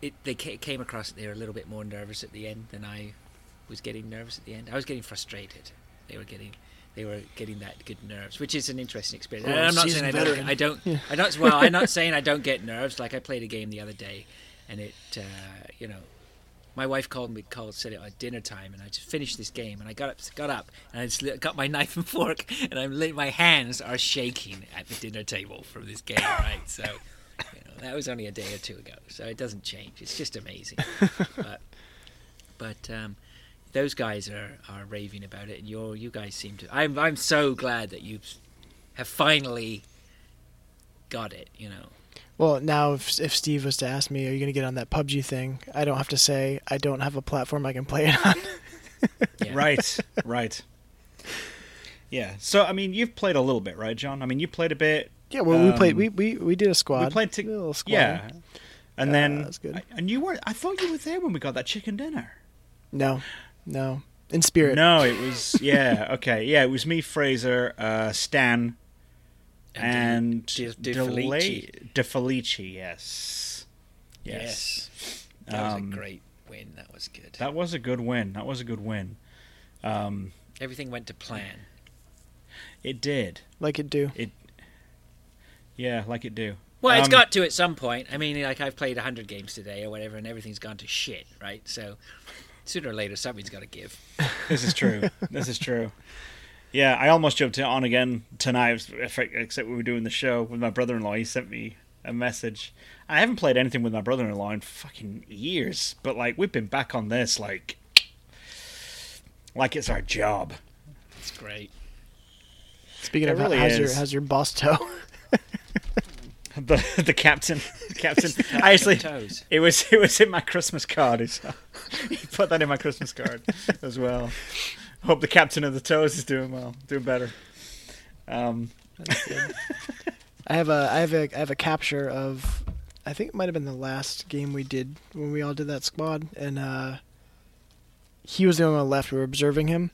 it they ca- came across that they were a little bit more nervous at the end than I was getting nervous at the end. I was getting frustrated. They were getting they were getting that good nerves, which is an interesting experience.
Well,
And I'm not saying
seasoned
I don't.
veteran.
I don't. I don't. Well, I'm not saying I don't get nerves. Like I played a game the other day, and it uh, you know. My wife called me, called, said it at dinner time, and I just finished this game. And I got up, got up, and I just li- got my knife and fork, and I'm li- my hands are shaking at the dinner table from this game, right? So, you know, that was only a day or two ago, so it doesn't change. It's just amazing. but but um, those guys are, are raving about it, and you you guys seem to. I'm I'm so glad that you have finally got it. You know,
well now if, if steve was to ask me are you going to get on that pubg thing i don't have to say i don't have a platform i can play it on
Yeah.
Right, right. Yeah. So I mean, you've played a little bit, right, John? I mean, you played a bit.
yeah well we played
Um,
we, we we did a squad
We played
a little
to
squad
yeah, and then
that's good.
I- and you were. I thought you were there when we got that chicken dinner.
no no in spirit
No, it was yeah. Okay, yeah, it was me, Fraser, uh, Stan,
uh,
and
De-
Delay-
De-
DeFelici. Yes.
yes, that was
Um,
a great win. That was good.
That was a good win. That was a good win. Um,
Everything went to plan.
it did.
like it do
Yeah, like it do.
Well, it's
Um,
got to at some point. I mean, like I've played hundred games today or whatever, and everything's gone to shit, right? So sooner or later, something's got to give.
This is true. this is true. Yeah, I almost jumped on again tonight, except we were doing the show with my brother-in-law. He sent me a message. I haven't played anything with my brother-in-law in fucking years, but like we've been back on this like, like it's our job.
It's great.
speaking
It
of
really
how's your
is.
how's your boss toe
The the captain, the captain. I actually,
Toes.
it was it was in my Christmas card. As well. he put that in my Christmas card as well. Hope the captain of the toes is doing well, doing better. Um,
I have a I have a I have a capture of I think it might have been the last game we did when we all did that squad and uh he was the only one left. We were observing him,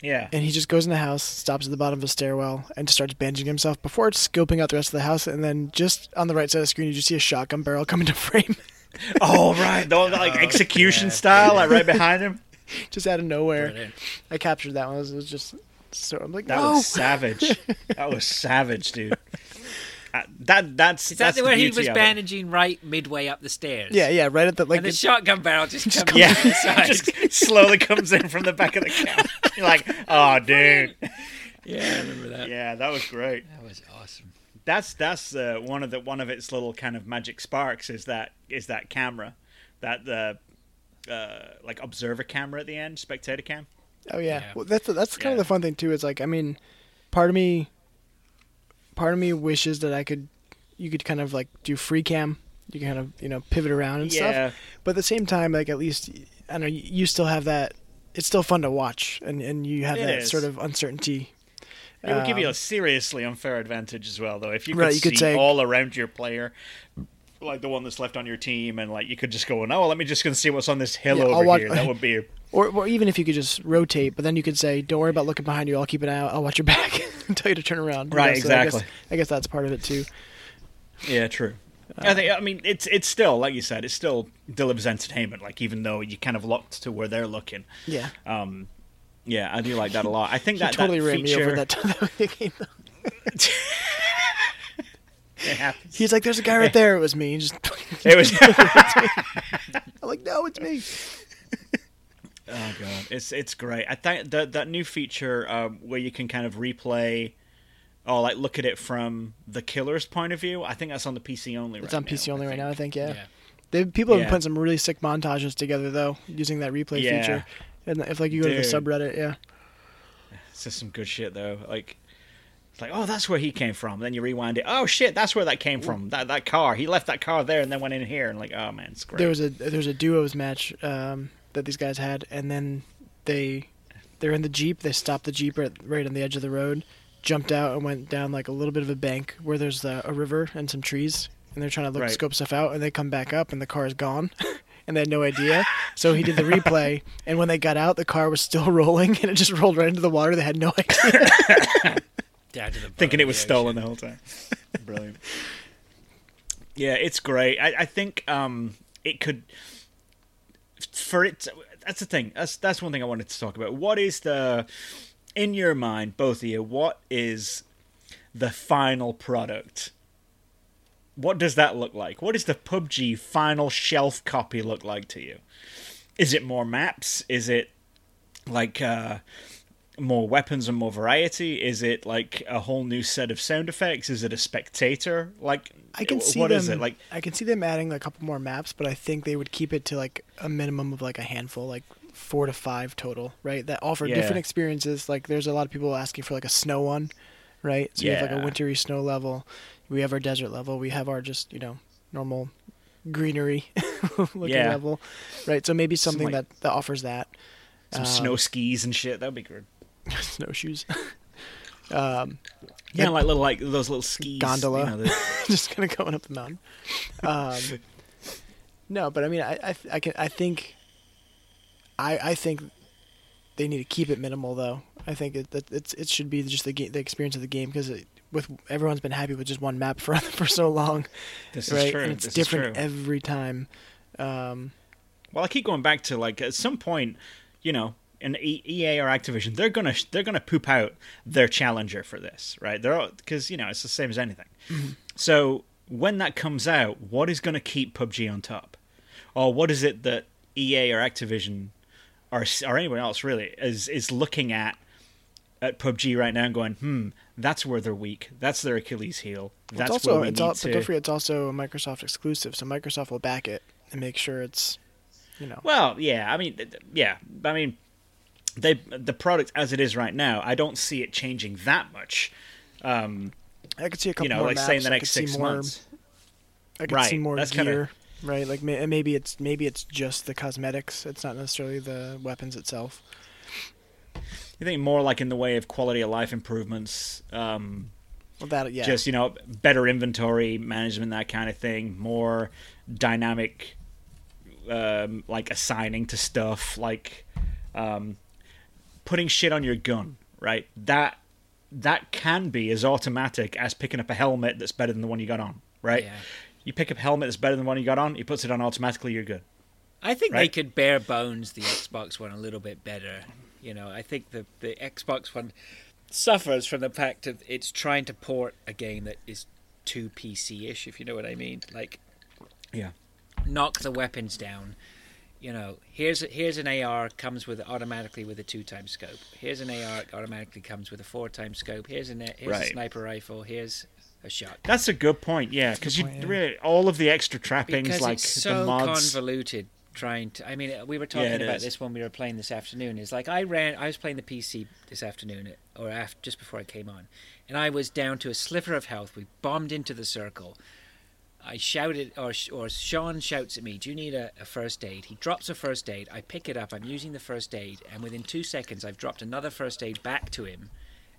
yeah.
and he just goes in the house, stops at the bottom of a stairwell, and just starts bandaging himself before scoping out the rest of the house. And then just on the right side of the screen, you just see a shotgun barrel come into frame,
Oh right, the, the, like execution style, like right behind him.
just out of nowhere.
Brilliant.
I captured that one. It was, it was just so I'm like,
That
no,
was savage. that was savage, dude. Uh, that that's
Is that
that's the
where he
beauty
was
of it.
bandaging right midway up the stairs?
yeah, yeah, right at the like
and the shotgun barrel just comes
Yeah,
yeah. inside.
just slowly comes in from the back of the couch. You're like, oh, dude.
yeah, I remember that.
Yeah, that was great.
That was awesome.
that's that's uh, one of the one of its little kind of magic sparks is that is that camera, that the uh, like observer camera at the end, spectator cam.
Oh yeah.
Yeah.
Well, that's that's kind
Yeah.
of the fun thing too. Is like I mean, part of me, part of me wishes that I could, you could kind of like do free cam. You can kind of you know pivot around and
Yeah.
stuff. But at the same time, like at least I don't know you- you still have that. It's still fun to watch, and and you have
It
that
is.
sort of uncertainty.
It would give you a seriously unfair advantage as well, though, if you could
Um, Right, you
see
could take-
all around your player, like the one that's left on your team, and like you could just go, "Oh, well, let me just go and see what's on this hill
Yeah, I'll
over
watch-
here." That would be
Or, or even if you could just rotate, but then you could say, "Don't worry about looking behind you. I'll keep an eye. out. I'll watch your back and tell you to turn around." You
Right,
know, so I guess-
exactly.
I guess that's part of it too.
yeah, true. I think I mean it's it's still like you said, it still delivers entertainment. Like even though you kind of locked to where they're looking,
Yeah.
um, yeah, I do like that a lot. I think
You
that
totally
Uh, that
ran
feature,
me over that time.
It happens.
He's like, "There's a guy right there." It was me. He just
It was oh
I'm like, "No, it's me."
god, it's it's great. I think that that new feature um, where you can kind of replay or like look at it from the killer's point of view. I think that's on the PC only.
It's
right
on PC
now, I
only right
think.
now, I think. Yeah,
Yeah.
they people have
Yeah.
been putting some really sick montages together though, using that replay
Yeah.
feature. And if like you go
Dude.
to the subreddit, yeah,
It's just some good shit though. Like it's like, oh, that's where he came from. Then you rewind it. Oh shit, that's where that came from. That that car. He left that car there and then went in here. And like, oh man, it's great.
there was a there's a duos match um, that these guys had, and then they they're in the jeep. They stopped the jeep right, right on the edge of the road, jumped out and went down like a little bit of a bank where there's the, a river and some trees, and they're trying to look
Right.
scope stuff out, and they come back up and the car is gone. And they had no idea, so he did the replay. And when they got out, the car was still rolling, and it just rolled right into the water. They had no idea.
Down to the bottom
thinking it
of
was
the
stolen the whole time. Brilliant. Yeah, it's great. I, I think um, it could for it. That's the thing. That's that's one thing I wanted to talk about. What is the in your mind, both of you? What is the final product? What does that look like? What does the PUBG final shelf copy look like to you? Is it more maps? Is it like uh, more weapons and more variety? Is it like a whole new set of sound effects? Is it a spectator? Like
I can
wh-
see
what
them,
is it like?
I can see them adding a couple more maps, but I think they would keep it to like a minimum of like a handful, like four to five total, right? That offer
Yeah.
different experiences. Like there's a lot of people asking for like a snow one, right? So we have like
Yeah.
a wintry snow level, we have our desert level, we have our just you know normal greenery looking
Yeah.
level, right? So maybe something
like-
that that offers that
Some
uh,
snow skis and shit. That'd be good.
snowshoes,
Yeah, like little like those little skis.
Gondola.
you know, the-
just kind of going up the mountain. Um, No, but I mean, I, I, I can, I think, I, I think they need to keep it minimal though. I think it, that it's, it should be just the game, the experience of the game because with everyone's been happy with just one map for for so long,
this
right?
is true.
And it's
this is
different
true.
every time. Um,
Well, I keep going back to like at some point, you know, an E- EA or Activision, they're gonna they're gonna poop out their challenger for this, right? They're because you know it's the same as anything.
Mm-hmm.
So when that comes out, what is gonna keep PUBG on top, or what is it that EA or Activision or or anyone else really is is looking at at PUBG right now and going, hmm, that's where they're weak, that's their Achilles heel, that's
it's also,
where we
it's
need
all,
to.
but don't forget, it's also a Microsoft exclusive, so Microsoft will back it and make sure it's, you know,
Well, yeah, I mean, th- th- yeah, I mean, they the product as it is right now, I don't see it changing that much.
I could see a couple
you know,
more
like
maps.
say in the
I
next
could see
six
more-
months.
I could see
Right,
more
that's
gear,
kinda-
right? Like may- maybe it's maybe it's just the cosmetics. It's not necessarily the weapons itself.
You think more like in the way of quality of life improvements, um,
Well, that yeah,
just you know, better inventory management, that kind of thing, more dynamic, um, like assigning to stuff, like um, putting shit on your gun, right? That that can be as automatic as picking up a helmet that's better than the one you got on, right?
Yeah.
You pick up a helmet that's better than the one you got on. He puts it on automatically. You're good.
I think they
Right?
could bare bones the Xbox One a little bit better. You know, I think the the Xbox One suffers from the fact of it's trying to port a game that is too PC-ish, if you know what I mean. Like,
Yeah.
knock the weapons down. You know, here's here's an AR comes with automatically with a two time scope. Here's an AR automatically comes with a four time scope. Here's an here's a
Right.
sniper rifle. Here's a shark.
That's a good point. Yeah, because you
point, yeah.
really all of the extra trappings
Because
like
it's so
the mods.
convoluted trying to. I mean, uh, we were talking
it
about
is.
this when we were playing this afternoon. It's like I ran. I was playing the PC this afternoon, uh, or af just before I came on, and I was down to a sliver of health. We bombed into the circle. I shouted, or or Sean shouts at me, "Do you need a, a first aid?" He drops a first aid. I pick it up. I'm using the first aid, and within two seconds, I've dropped another first aid back to him,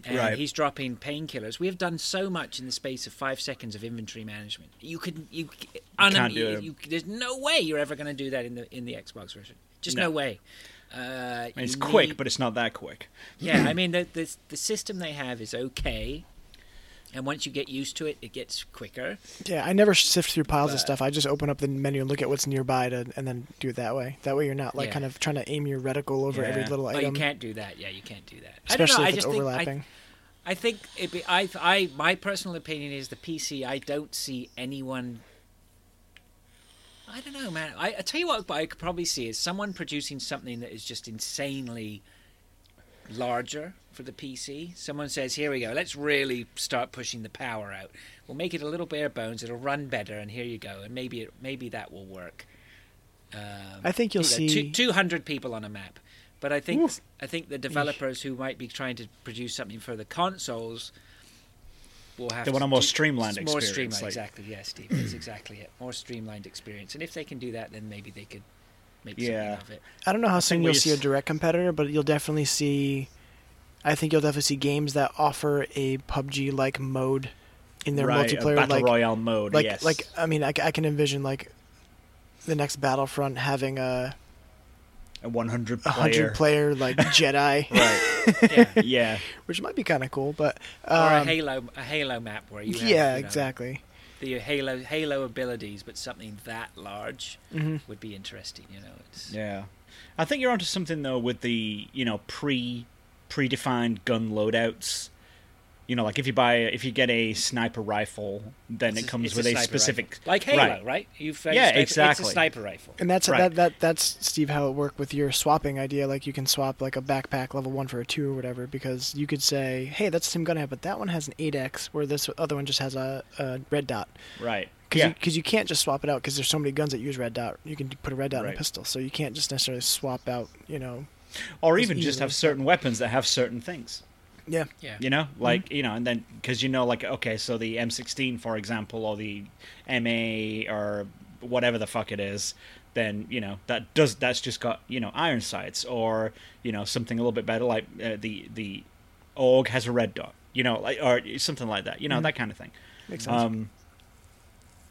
and
Right.
he's dropping painkillers. We have done so much in the space of five seconds of inventory management. You could, you, un-
can't do
you-
it.
you- there's no way you're ever going to do that in the in the Xbox version. Just no,
No.
way. Uh,
I mean, it's
you
quick,
need-
but it's not that quick.
yeah, I mean the, the the system they have is okay, and once you get used to it, it gets quicker.
Yeah, I never sift through piles of stuff. I just open up the menu and look at what's nearby to, and then do it that way. That way, you're not like
Yeah.
kind of trying to aim your reticle over every
Yeah.
little
Oh, you
item,
can't do that. Yeah, you can't do that.
especially
I
if
don't
it's
know. I just
overlapping.
Think, I, I think it be. I I my personal opinion is the PC. I don't see anyone. I don't know, man. I, I tell you what, I could probably see is someone producing something that is just insanely larger for the PC. Someone says, "Here we go. Let's really start pushing the power out. We'll make it a little bare bones. It'll run better, and here you go. And maybe it, maybe that will work." Um,
I think you'll see-
two hundred people on a map, but I think I think the developers who might be trying to produce something for the consoles will have
They want
to
a more
do-
streamlined
More
experience,
streamlined,
like-
exactly. Yes, Steve. That's exactly it. More streamlined experience, and if they can do that, then maybe they could make
Yeah.
something of it.
I don't know how soon
we
you'll
just-
see a direct competitor, but you'll definitely see. I think you'll definitely see games that offer a PUBG-like mode in their
right, a
multiplayer,
battle
like
royale mode.
like
yes.
like I mean, I, c- I can envision like the next Battlefront having a
a 100 player.
hundred player like Jedi,
Right.
Yeah.
Yeah.
which might be kind of cool, but
or a
um,
Halo, a Halo map where you
yeah,
have, you know,
exactly.
the Halo Halo abilities, but something that large
Mhm.
would be interesting. You know, it's
Mm-hmm. Yeah. I think you're onto something though with the you know pre predefined gun loadouts. You know, like if you buy if you get a sniper rifle, then
it's
it comes
it's
with a,
sniper
specific
rifle. like Halo, right?
Right.
You found
Yeah,
a sniper-
exactly.
It's a sniper rifle.
And that's
Right.
that, that that's Steve how it worked with your swapping idea. Like you can swap like a backpack level one for a two or whatever because you could say, hey, that's the same gun I have, but that one has an eight X, where this other one just has a, a red dot.
Right.
Because you, 'cause you can't just swap it out because there's so many guns that use red dot. You can put a red dot in
Right.
a pistol, so you can't just necessarily swap out. You know,
or
it's
even just
easily
have certain weapons that have certain things.
yeah, Mm-hmm.
Yeah.
You know, like you know, and then because you know, like okay, so the M16, for example, or the MA or whatever the fuck it is, then you know that does that's just got you know iron sights or you know something a little bit better like uh, the the org has a red dot, you know, like or something like that, you
Mm-hmm.
know, that kind of thing.
makes sense.
Um,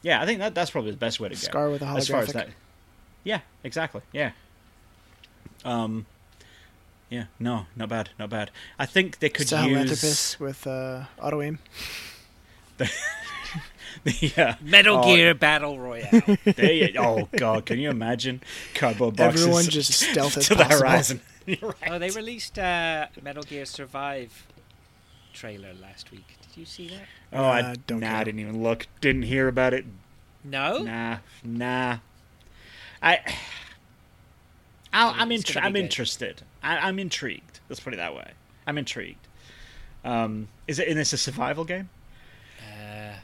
yeah, I think that that's probably the best way to go.
Scar with a
As far as
holographic.
that, yeah, exactly, yeah. Um, yeah, no, not bad, not bad. I think they could
Sahelanthropus
use
with uh, auto aim.
the uh,
Metal
oh,
Gear Battle Royale.
there you- oh god, can you imagine cardboard boxes?
Everyone just stealth as
to the
possible.
horizon. You're right.
oh, they released uh, Metal Gear Survive trailer last week. Did you see that?
Oh, I,
Nah, don't
nah, I
care.
didn't even look. Didn't hear about it.
No.
Nah, nah. I, I'll, I'm,
It's
intri-
gonna be
I'm
good.
interested. I, I'm intrigued. Let's put it that way. I'm intrigued. Um, is it? And it's a survival game.
Uh,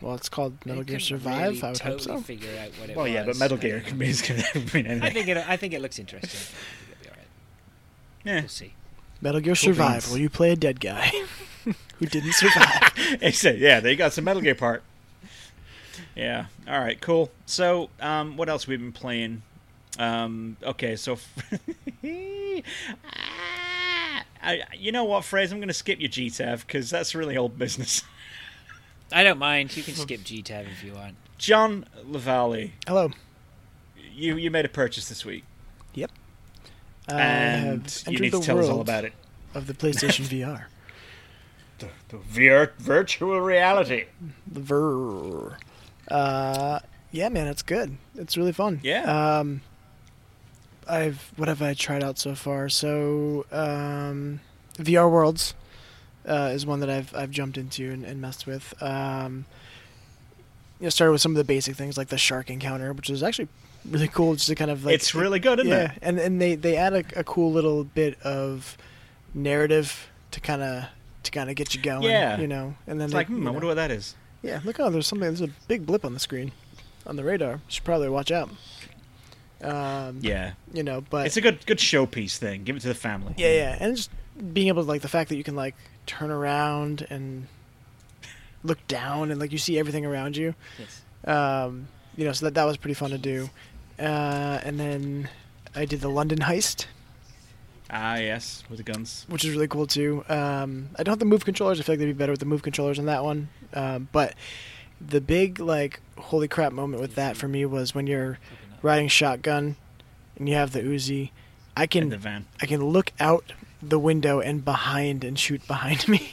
Well, it's called Metal
I
Gear
couldn't
Survive.
really
I would hope
totally
so.
Figure out what it
Well, yeah, but
was.
Metal
I
Gear
don't
can be, can mean
know. I
anything.
think it. I think it looks interesting. I think it'll be all right.
Yeah.
We'll see.
Metal Gear
Cool
Survive.
beans.
Will you play a dead guy who didn't survive?
It's a- yeah, they got some Metal Gear part. Yeah. All right. Cool. So, um, what else we've been playing? Um, okay. So, Ah, I, you know what, Fraser? I'm going to skip your GTAV because that's really old business.
I don't mind. You can skip GTAB if you want.
John Lavalley,
Hello.
you you made a purchase this week,
I
and
have
you
entered
need to
the
tell us all
world
about it.
Of the PlayStation VR.
The, the vir- virtual reality.
The Ver. Uh, yeah, man, it's good. It's really fun.
Yeah.
Um, I've what have I tried out so far? So um, VR Worlds uh, is one that I've I've jumped into and, and messed with. Um, you know, started with some of the basic things like the shark encounter, which is actually really cool. Just to kind of like
it's really good, isn't
yeah,
it?
and and they they add a, a cool little bit of narrative to kind of to kind of get you going.
Yeah.
You know, and then
It's
they-
like, hmm,
you
I wonder
know,
what that is.
yeah, look, oh, there's something. There's a big blip on the screen, on the radar. Should probably watch out. Um,
Yeah,
You know, but
it's a good good showpiece thing. Give it to the family.
yeah, yeah, and just being able to like the fact that you can like turn around and look down and like you see everything around you.
Yes.
Um, you know, so that that was pretty fun to do. Uh, and then I did the London heist,
Ah, yes, with the guns.
which is really cool too. Um, I don't have the move controllers. I feel like they'd be better with the move controllers on that one. Um, but the big like holy crap moment with that for me was when you're riding shotgun and you have the Uzi. I
In
can
the van.
I can look out the window and behind and shoot behind me,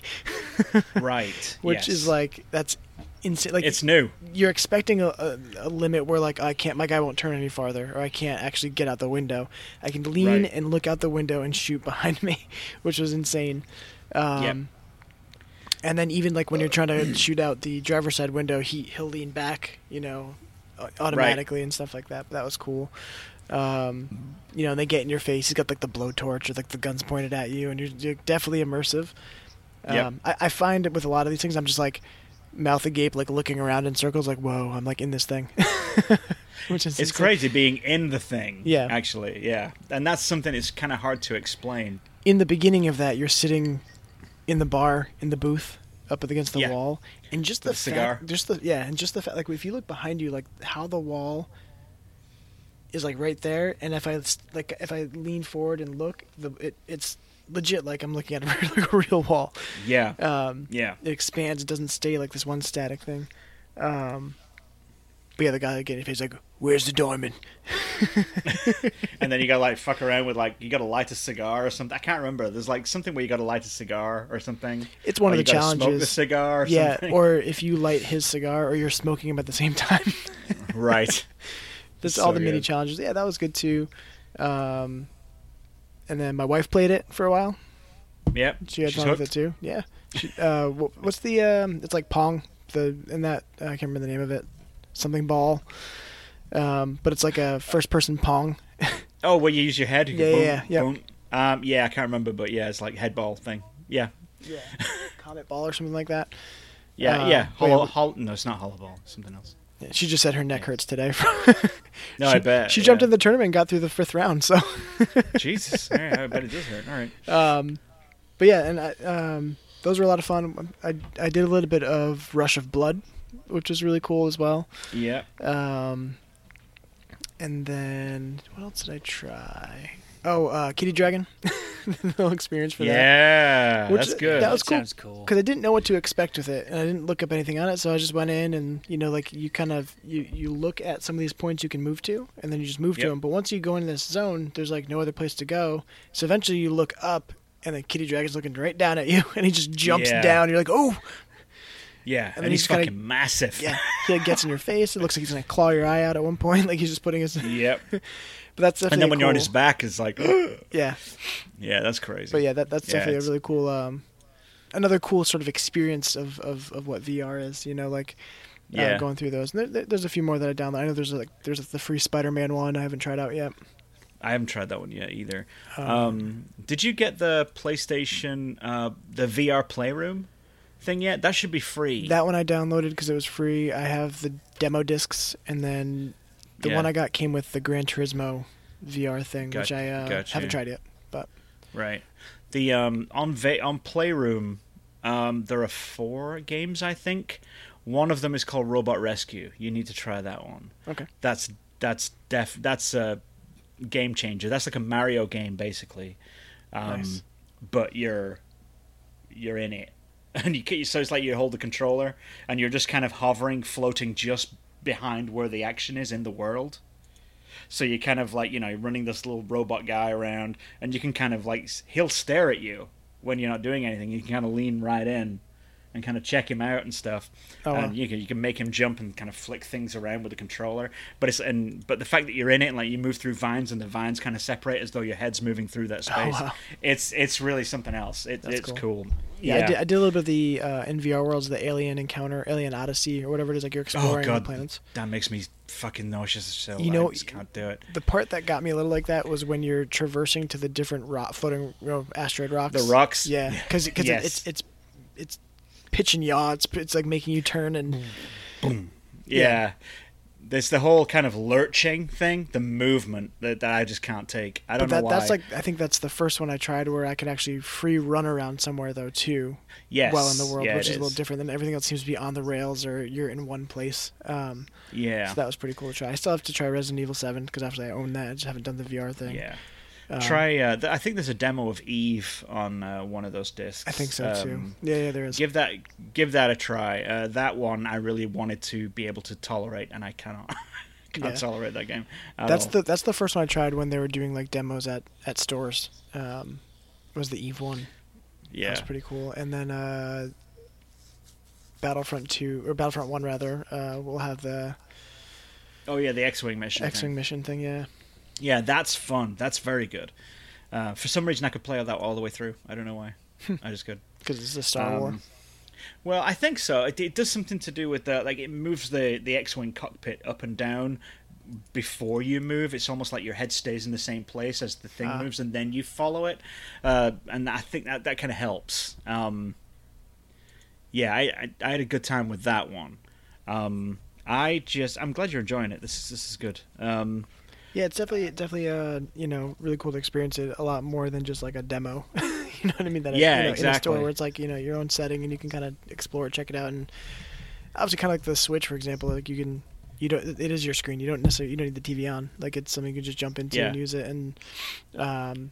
Right.
which
yes.
is like that's insane. Like
it's new.
you're expecting a, a, a limit where like I can't, my guy won't turn any farther, or I can't actually get out the window. I can lean
Right.
and look out the window and shoot behind me, which was insane. Um,
Yep. Uh,
And then even like when you're trying to shoot out the driver's side window, he he'll lean back, you know, au- automatically and stuff like that. But that was cool. Um, you know, and they get in your face. He's got like the blowtorch or like the guns pointed at you, and you're, you're definitely immersive.
Yep.
Um, I, I find it with a lot of these things, I'm just like mouth agape, like looking around in circles, like whoa, I'm like in this thing, which is
It's
insane.
crazy being in the thing.
Yeah.
Actually, yeah. And that's something that's kind of hard to explain.
in the beginning of that, you're sitting in the bar in the booth up against the
Yeah.
wall, and just the
With a cigar.
fact, just the yeah, and just the fact, like if you look behind you, like how the wall is like right there, and if I s- like if I lean forward and look, the it, it's legit like I'm looking at a, like a real wall.
Yeah.
Um,
yeah.
it expands. It doesn't stay like this one static thing. Um, but yeah, the guy again, if he's like, "Where's the diamond?"
And then you gotta like fuck around with like you gotta light a cigar or something. I can't remember. There's like something where you gotta light a cigar or something.
It's one
Or
of
you
the
gotta Smoke the
challenges.
cigar. Or
yeah,
Something.
or if you light his cigar or you're smoking him at the same time.
right.
That's
It's
all
so
the mini
good.
challenges. Yeah, that was good too. Um, and then my wife played it for a while.
Yep.
She had
She's
fun with
hooked.
it too. Yeah. She, uh, wh- what's the? Um, it's like Pong. The and that I can't remember the name of it. Something ball. Um, but it's like a first-person Pong.
Oh, well, you use your head. You go
Yeah,
boom,
yeah, yeah.
boom. Um, yeah, I can't remember, but yeah, it's like head ball thing. Yeah.
Yeah. Comet ball or something like that.
Yeah,
Uh,
yeah.
wait,
Hollow,
what-
hol- no, it's not hollow ball. Something else.
Yeah, She just said her neck hurts today. From
No,
she,
I bet.
she jumped
yeah.
in the tournament and got through the fifth round. So,
Jesus. All right, I bet it does hurt. All right.
but yeah, and I, um, those were a lot of fun. I, I did a little bit of Rush of Blood, which was really cool as well.
Yeah.
Um, and then what else did I try? Oh, uh, Kitty Dragon, the little experience for that.
Yeah.
Which-
that's good.
That was cool.
Sounds cool.
Because I didn't know what to expect with it, and I didn't look up anything on it, so I just went in and you know, like you kind of you you look at some of these points you can move to, and then you just move to
Yep.
them. But once you go into this zone, there's like no other place to go. So eventually, you look up, and the Kitty Dragon's looking right down at you, and he just jumps
Yeah.
down. You're like, oh,
yeah. And,
then
he's,
he's kinda-
fucking massive.
yeah. He like, gets in your face. It looks like he's gonna claw your eye out at one point. Like he's just putting his. But
Yep.
that's
and
definitely
then when you're on
cool-
his back, it's like,
yeah.
yeah, that's crazy.
But yeah, that that's
Yeah,
definitely a
it's-
really cool um another cool sort of experience of of, of what VR is, you know, like uh,
Yeah.
going through those. And there- there, there's a few more that I download. I know there's like there's the free Spider-Man one I haven't tried out yet.
I haven't tried that one yet either. Um, did you get the PlayStation, uh, the VR Playroom thing yet? That should be free.
That one I downloaded because it was free. I have the demo discs and then the
Yeah.
one I got came with the Gran Turismo VR thing, which
Got-
I uh,
got you.
haven't tried yet. But
Right. The um on va- on Playroom, um there are four games I think. One of them is called Robot Rescue. You need to try that one.
okay.
That's that's def that's a game changer. That's like a Mario game basically. Um
Nice.
but you're you're in it. And you ca- so it's like you hold the controller and you're just kind of hovering floating just behind where the action is in the world. So you're kind of like, you know, you're running this little robot guy around, and you can kind of like, s- he'll stare at you when you're not doing anything. You can kind of lean right in and kind of check him out and stuff.
Oh,
and
wow.
you, can, you can make him jump and kind of flick things around with the controller. But it's and but the fact that you're in it and like you move through vines and the vines kind of separate as though your head's moving through that space.
Oh, wow.
It's it's really something else. It,
That's
it's
cool.
cool.
Yeah, I, did, I did a little bit of the uh, in VR worlds, the Alien Encounter, Alien Odyssey, or whatever it is. Like you're
Oh
exploring the
god,
planets.
that makes me fucking nauseous. So
You
you know,
know-
I just can't do it.
The part that got me a little like that was when you're traversing to the different rock, floating you know, asteroid rocks.
The rocks?
Yeah,
Yeah.
because
Yes.
it's it's it's pitching yachts. It's like making you turn
Mm,
and
Yeah. There's the whole kind of lurching thing, the movement that, that I just can't take. I don't
But that,
know why.
that's like I think that's the first one I tried where I could actually free run around somewhere though too.
yes,
Well in the world,
yeah,
which
it
is a little different than everything else seems to be on the rails or you're in one place. Um,
Yeah.
So that was pretty cool to try. I still have to try Resident Evil Seven because after I own that, I just haven't done the VR thing. Um,
Yeah. Try. Uh, th- I think there's a demo of Eve on uh, one of those discs.
I think so too.
Um,
Yeah, yeah, there is.
Give that give that a try. Uh, that one I really wanted to be able to tolerate, and I cannot. can't
Yeah.
tolerate that game. at
That's
all.
the that's the first one I tried when they were doing like demos at at stores. Um, was the Eve one.
yeah.
That's pretty cool. And then uh, Battlefront Two or Battlefront One rather, uh, we'll have the
oh yeah, the X-wing mission.
X
thing.
Wing mission thing. Yeah.
Yeah, that's fun. That's very good. Uh, for some reason, I could play that all the way through. I don't know why.
Hmm.
I just could.
Because it's a Star
Um,
War.
Well, I think so. It, it does something to do with the like it moves the the X-wing cockpit up and down before you move. It's almost like your head stays in the same place as the
Ah.
thing moves, and then you follow it. Uh, and I think that that kind of helps. Um, yeah, I, I I had a good time with that one. Um, I just I'm glad you're enjoying it. This is this is good. Um,
Yeah, it's definitely definitely uh you know really cool to experience it a lot more than just like a demo. you know what I mean? That
Yeah,
you know, In a
exactly.
store where it's like you know your own setting and you can kind of explore, check it out, and obviously kind of like the Switch for example, like you can you don't it is your screen. You don't necessarily you don't need the TV on. Like it's something you can just jump into
Yeah.
and use it and um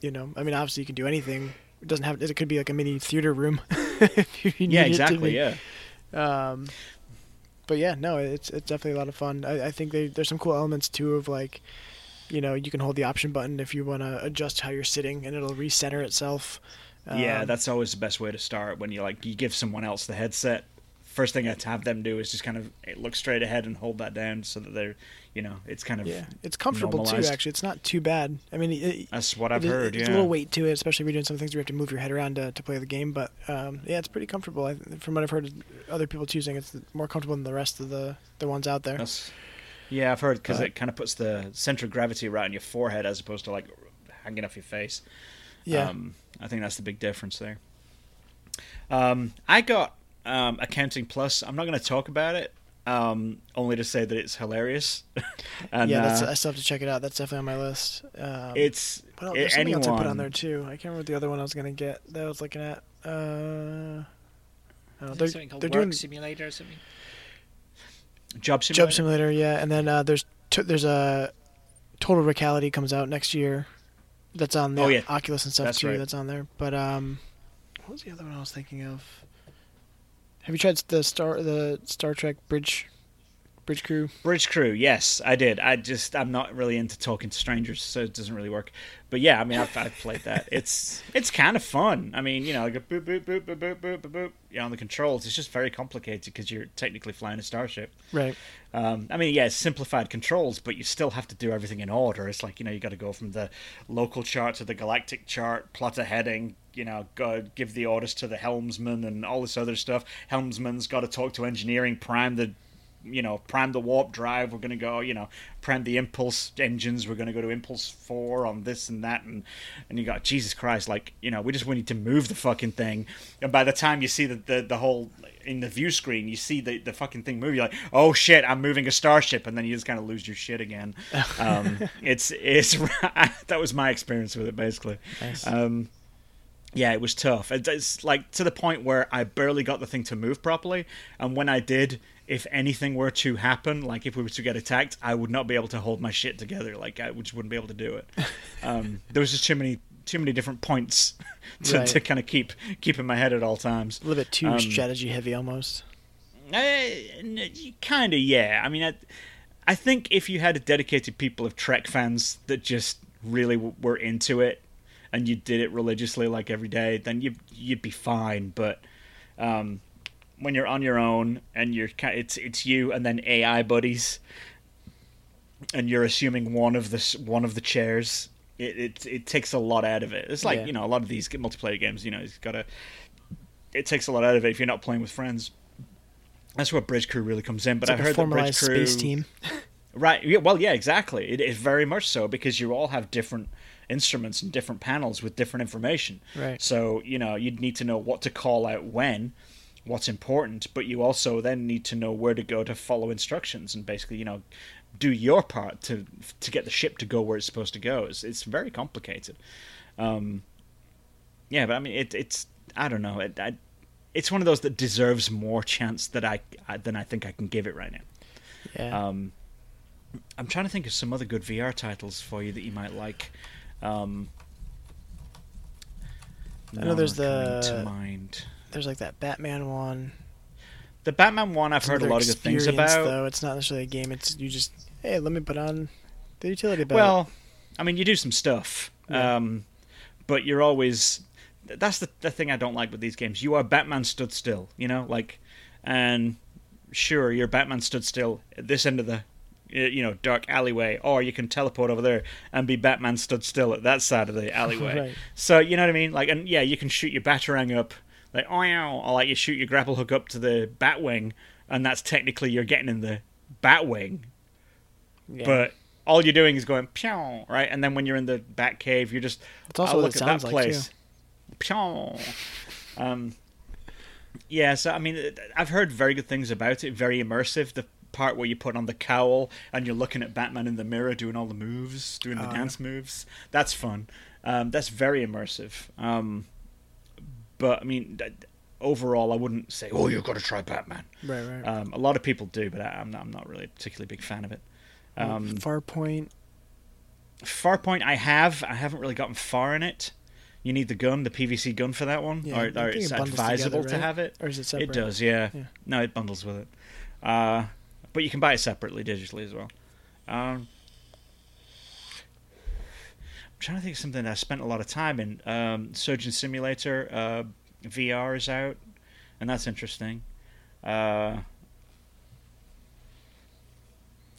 you know I mean obviously you can do anything. It doesn't have it could be like a mini theater room. if you need
yeah,
it to
exactly.
be.
Yeah.
Um, but yeah, no, it's it's definitely a lot of fun. I, I think they, there's some cool elements too of like, you know, you can hold the option button if you want to adjust how you're sitting, and it'll recenter itself.
yeah,
Um,
that's always the best way to start when you like you give someone else the headset. First thing I'd have them do is just kind of eh, look straight ahead and hold that down so that they're, you know, it's kind of
yeah, it's comfortable
normalized.
too. Actually, it's not too bad. I mean, it,
That's what I've
it is-
heard.
It's
yeah,
a little weight to it, especially if you're doing some things where you have to move your head around to, to play the game. But um, yeah, it's pretty comfortable. I, from what I've heard, of other people choosing, it's more comfortable than the rest of the the ones out there.
That's- yeah, I've heard because it kind of puts the center of gravity right on your forehead as opposed to like hanging off your face.
yeah,
Um, I think that's the big difference there. Um, I got um, Accounting Plus. I'm not going to talk about it, um, only to say that it's hilarious. and,
yeah. That's,
uh,
I still have to check it out. That's definitely on my list. Um,
it's
What else?
a-
There's something
anyone.
else I put on there too. I can't remember the other one I was gonna get that I was looking at. Uh, I don't know.
Is
they're
there something called
they're
Work
doing
Simulator or something?
Job Simulator.
Job Simulator, yeah, and then uh, there's t- there's a Total Recality comes out next year. That's on the
Oh, yeah.
Oculus and stuff
That's
too.
right.
That's on there. But um, what was the other one I was thinking of? Have you tried the Star the Star Trek Bridge Bridge Crew?
Bridge Crew, yes, I did. I just I'm not really into talking to strangers, so it doesn't really work. But yeah, I mean, I've, I've played that. It's it's kind of fun. I mean, you know, like a boop boop boop boop boop boop boop boop. You know, on the controls, it's just very complicated because you're technically flying a starship.
Right.
Um, I mean, yeah, it's simplified controls, but you still have to do everything in order. It's like you know, you got to go from the local chart to the galactic chart, plot a heading. You know, go give the orders to the helmsman and all this other stuff. Helmsman's got to talk to engineering, prime the, you know, prime the warp drive. We're gonna go, you know, prime the impulse engines. We're gonna go to impulse four on this and that, and and you got Jesus Christ, like you know, we just we need to move the fucking thing. And by the time you see the the, the whole in the view screen, you see the, the fucking thing move. You're like, oh shit, I'm moving a starship, and then you just kind of lose your shit again. um, it's it's that was my experience with it basically. Um, yeah, it was tough. It- It's like to the point where I barely got the thing to move properly, and when I did, if anything were to happen, like if we were to get attacked, I would not be able to hold my shit together. Like I just wouldn't be able to do it. Um, there was just too many too many different points to,
Right.
to kind of keep keep in my head at all times.
A little bit too
Um,
strategy heavy almost.
kind of Uh, yeah i mean I, I think if you had a dedicated people of trek fans that just really w- were into it and you did it religiously like every day then you you'd be fine but um when you're on your own and you're ki- it's it's you and then ai buddies and you're assuming one of the s- one of the chairs it it, it takes a lot out of it it's like
Yeah.
you know a lot of these g- multiplayer games you know it's got to it takes a lot out of it if you're not playing with friends that's where Bridge Crew really comes in. But
It's like
I
a
heard that Bridge
formalized
Crew,
space team.
Right. Yeah, well, yeah, exactly. It is very much so because you all have different instruments and different panels with different information.
Right.
So, you know, you'd need to know what to call out when, what's important, but you also then need to know where to go to follow instructions and basically, you know, do your part to to get the ship to go where it's supposed to go. It's, it's very complicated. Um, yeah, but I mean, it, it's I don't know. It, I, it's one of those that deserves more chance that I than I think I can give it right now.
Yeah.
Um, I'm trying to think of some other good VR titles for you that you might like. Um,
I know there's
none are coming
the-
to mind.
There's like that Batman one.
The Batman one I've
It's
heard a
another
lot of good things
experience,
about.
Though it's not necessarily a game. It's you just hey, let me put on the utility belt.
Well, I mean, you do some stuff, um, but you're always. th- That's the the thing I don't like with these games. You are Batman stood still, you know, like, and sure, you're Batman stood still at this end of the, uh, you know, dark alleyway, or you can teleport over there and be Batman stood still at that side of the alleyway.
Right.
So you know what I mean? Like, and yeah, you can shoot your batarang up, like oh, or like you shoot your grapple hook up to the batwing, and that's technically you're getting in the batwing,
Yeah.
but all you're doing is going pyeong, right? And then when you're in the bat cave, you're just
That's also
I'll
what
look
it
at
sounds
that
like,
place. Pyeong. Um, yeah, so I mean, it- I've heard very good things about it. Very immersive. The part where you put on the cowl and you're looking at Batman in the mirror doing all the moves, doing
Oh,
the dance moves. That's fun. Um, that's very immersive. Um, but I mean, d- d- overall, I wouldn't say, "Oh, you've got to try Batman."
right, right.
Um, a lot of people do, but I, I'm, not, I'm not really a particularly big fan of it. Um,
Mm, Farpoint.
Farpoint, I have. I haven't really gotten far in it. You need the gun, the PVC gun for that one,
Yeah, I
or,
think
or
it
it's
bundles
advisable
together,
to
right?
have it.
Or is it separate?
It does, yeah.
Yeah.
No, it bundles with it. Uh, but you can buy it separately digitally as well. Um, I'm trying to think of something I spent a lot of time in. Um, Surgeon Simulator uh, VR is out, and that's interesting. Uh,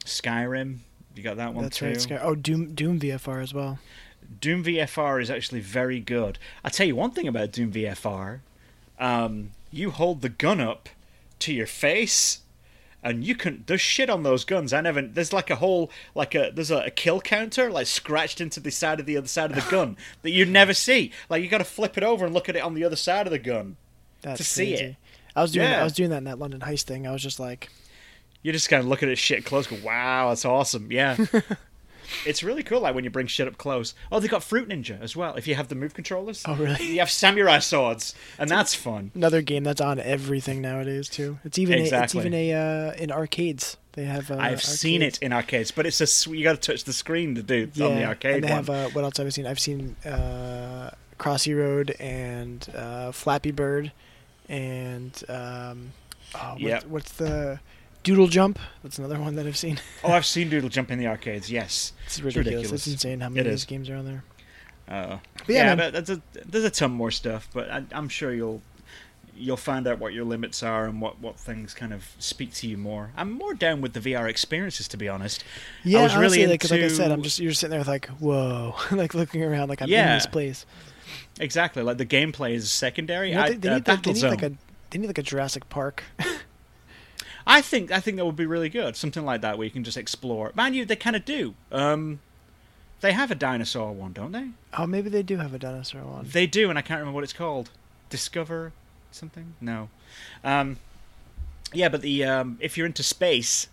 Skyrim, you got that one
That's
too.
right. Sky- oh, Doom Doom VFR as well.
Doom VFR is actually very good. I tell you one thing about Doom VFR, um, you hold the gun up to your face, and you can. There's shit on those guns. I never. There's like a whole like a there's a, a kill counter like scratched into the side of the other side of the gun that you never see. Like you got to flip it over and look at it on the other side of the gun.
That's
To see
crazy.
it.
I was doing
Yeah.
I was doing that in that London heist thing. I was just like,
you just kind of look at it shit close, go, wow, that's awesome. Yeah. it's really cool, like when you bring shit up close. Oh, they got Fruit Ninja as well, if you have the move controllers.
Oh, really?
You have samurai swords, and that's fun.
another game that's on everything nowadays too. It's even a, it's
Exactly.
even a uh, in arcades. They have. Uh,
I've seen it
arcades.
in arcades, but it's a sw- you got to touch the screen to do
Yeah,
on the arcade
and they
one.
have uh, what else have I seen? I've seen uh, Crossy Road and uh, Flappy Bird, and um, oh, what-
Yep.
what's the Doodle Jump? That's another one that I've seen.
oh, I've seen Doodle Jump in the arcades. Yes,
It's ridiculous.
ridiculous.
It's insane how many
It
of these
is.
games are on there.
Uh,
yeah,
yeah,
man.
but that's a, there's a ton more stuff, but I, I'm sure you'll you'll find out what your limits are and what, what things kind of speak to you more. I'm more down with the VR experiences, to be honest.
Yeah,
I was
honestly,
really
like, like I said, I'm
into-
just you're sitting there with like, whoa, like looking around, like I'm in
Yeah.
this place.
Exactly, like the gameplay is secondary.
You know,
I,
they, they
uh,
need like, they
Battlezone.
need like a they need like a Jurassic Park.
I think I think that would be really good. Something like that where you can just explore. Mind you, they kind of do. Um, they have a dinosaur one, don't they?
oh, maybe they do have a dinosaur one.
They do, and I can't remember what it's called. Discover something? No. Um, yeah, but the um, if you're into space,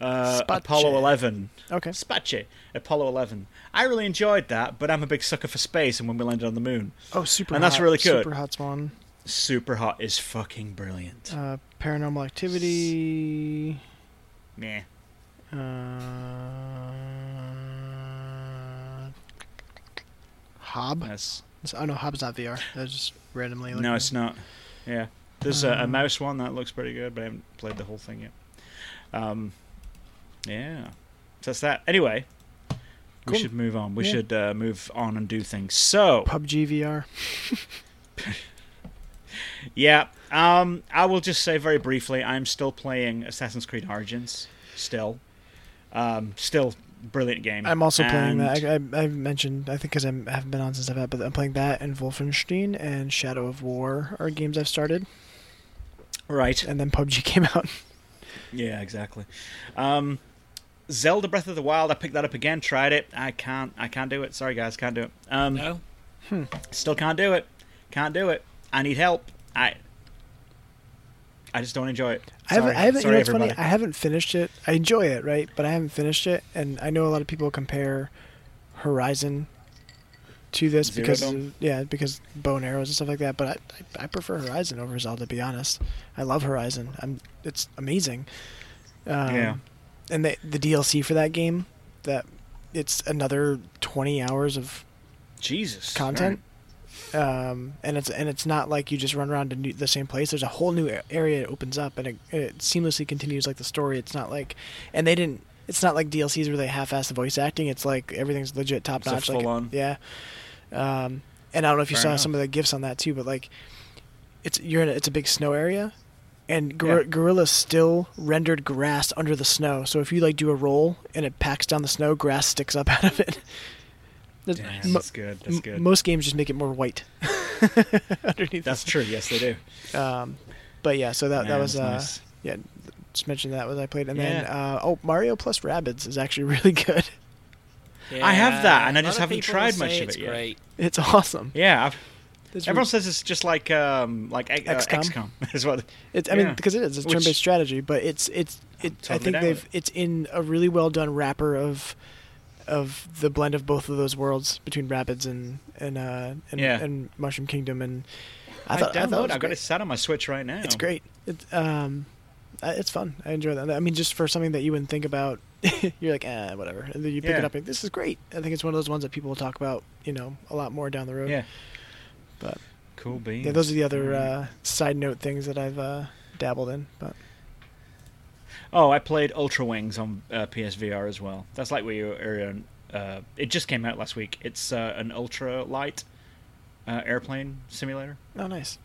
uh,
Space.
Apollo Eleven.
Okay,
Space, Apollo 11. I really enjoyed that, but I'm a big sucker for space and when we landed on the moon.
Oh, super.
And that's
hot,
really good.
Super hot Swan.
Super Hot is fucking brilliant.
Uh, paranormal Activity.
Meh.
Uh, Hob.
That's,
Oh no, Hob's not VR. That's just randomly.
Uh, no, it's not. Yeah. There's a, a
Um,
mouse one that looks pretty good, but I haven't played the whole thing yet. Um, yeah. So that's that. Anyway, we
Cool.
should move on. We
Yeah.
should uh, move on and do things. So,
PUBG VR.
yeah. Um, I will just say very briefly I'm still playing Assassin's Creed Origins. Still. Um, still brilliant game.
I'm also playing
And-
that. I, I, I mentioned, I think, because I haven't been on since I've had, but I'm playing that and Wolfenstein and Shadow of War are games I've started,
Right.
and then PUBG came out.
Yeah, exactly. Um, Zelda Breath of the Wild. I picked that up again. Tried it. I can't. I can't do it. Sorry guys, can't do it. Um,
No?
Still can't do it. Can't do it. I need help. I. I just don't enjoy it.
I haven't,
Sorry.
I haven't,
Sorry,
you know, it's funny.
everybody.
I haven't finished it. I enjoy it, right? But I haven't finished it, and I know a lot of people compare Horizon to this
Zero
because,
Dawn?
yeah, because bow and arrows and stuff like that. But I, I, I prefer Horizon over Zelda. To be honest, I love Horizon. I'm, it's amazing. Um,
Yeah.
And the the DLC for that game, that it's another twenty hours of
Jesus.
content. Um, and it's and it's not like you just run around to new, the same place. There's a whole new a- area that opens up, and it, it seamlessly continues like the story. It's not like, and they didn't. It's not like DLCs where they half-ass the voice acting. It's like everything's legit top
a
notch. like,
full-on.
Yeah. Um, and I don't know if you
Fair
saw
enough.
some of the gifs on that too, but like, it's you're in a, it's a big snow area, and gor- gorilla still rendered grass under the snow. So if you like do a roll and it packs down the snow, grass sticks up out of it. There's
Right.
mo-
That's good. That's
M-
good.
Most games just make it more white underneath. Um,
That's true. Yes, they do.
But yeah, so that
Yeah,
that was
that's
uh,
nice.
yeah. Just mentioned that was I played, and then
Yeah.
uh, oh, Mario plus Rabbids is actually really good.
I have that, and I
a lot
just
of
haven't
people
tried
say
much of
it's
it yet.
Great.
It's awesome.
Yeah. I've,
It's, re-
everyone says it's just like um like X- uh,
XCOM?
XCOM. Is what.
it's I mean
yeah.
because it is it's
Which- Oh,
turn-based strategy, but it's it's it. I
totally
think
down
they've
with it.
it's in a really well done wrapper of of the blend of both of those worlds between Rabbids and and uh, and,
Yeah.
and Mushroom Kingdom, and
I,
I thought I,
download.
thought it was
I've got
great.
it sat on my Switch right now.
It's great. It, um, uh, it's fun. I enjoy that. I mean, just for something that you wouldn't think about, you're like, eh, whatever. And then you pick
Yeah.
it up, and this is great. I think it's one of those ones that people will talk about, you know, a lot more down the road.
Yeah. Mm-hmm.
But-
cool beans.
Yeah, those are the other uh, side note things that I've uh, dabbled in. But
Oh, I played Ultra Wings on uh, PSVR as well. That's like where you are. Uh, it just came out last week. It's uh, an ultra light uh, airplane simulator.
oh, nice.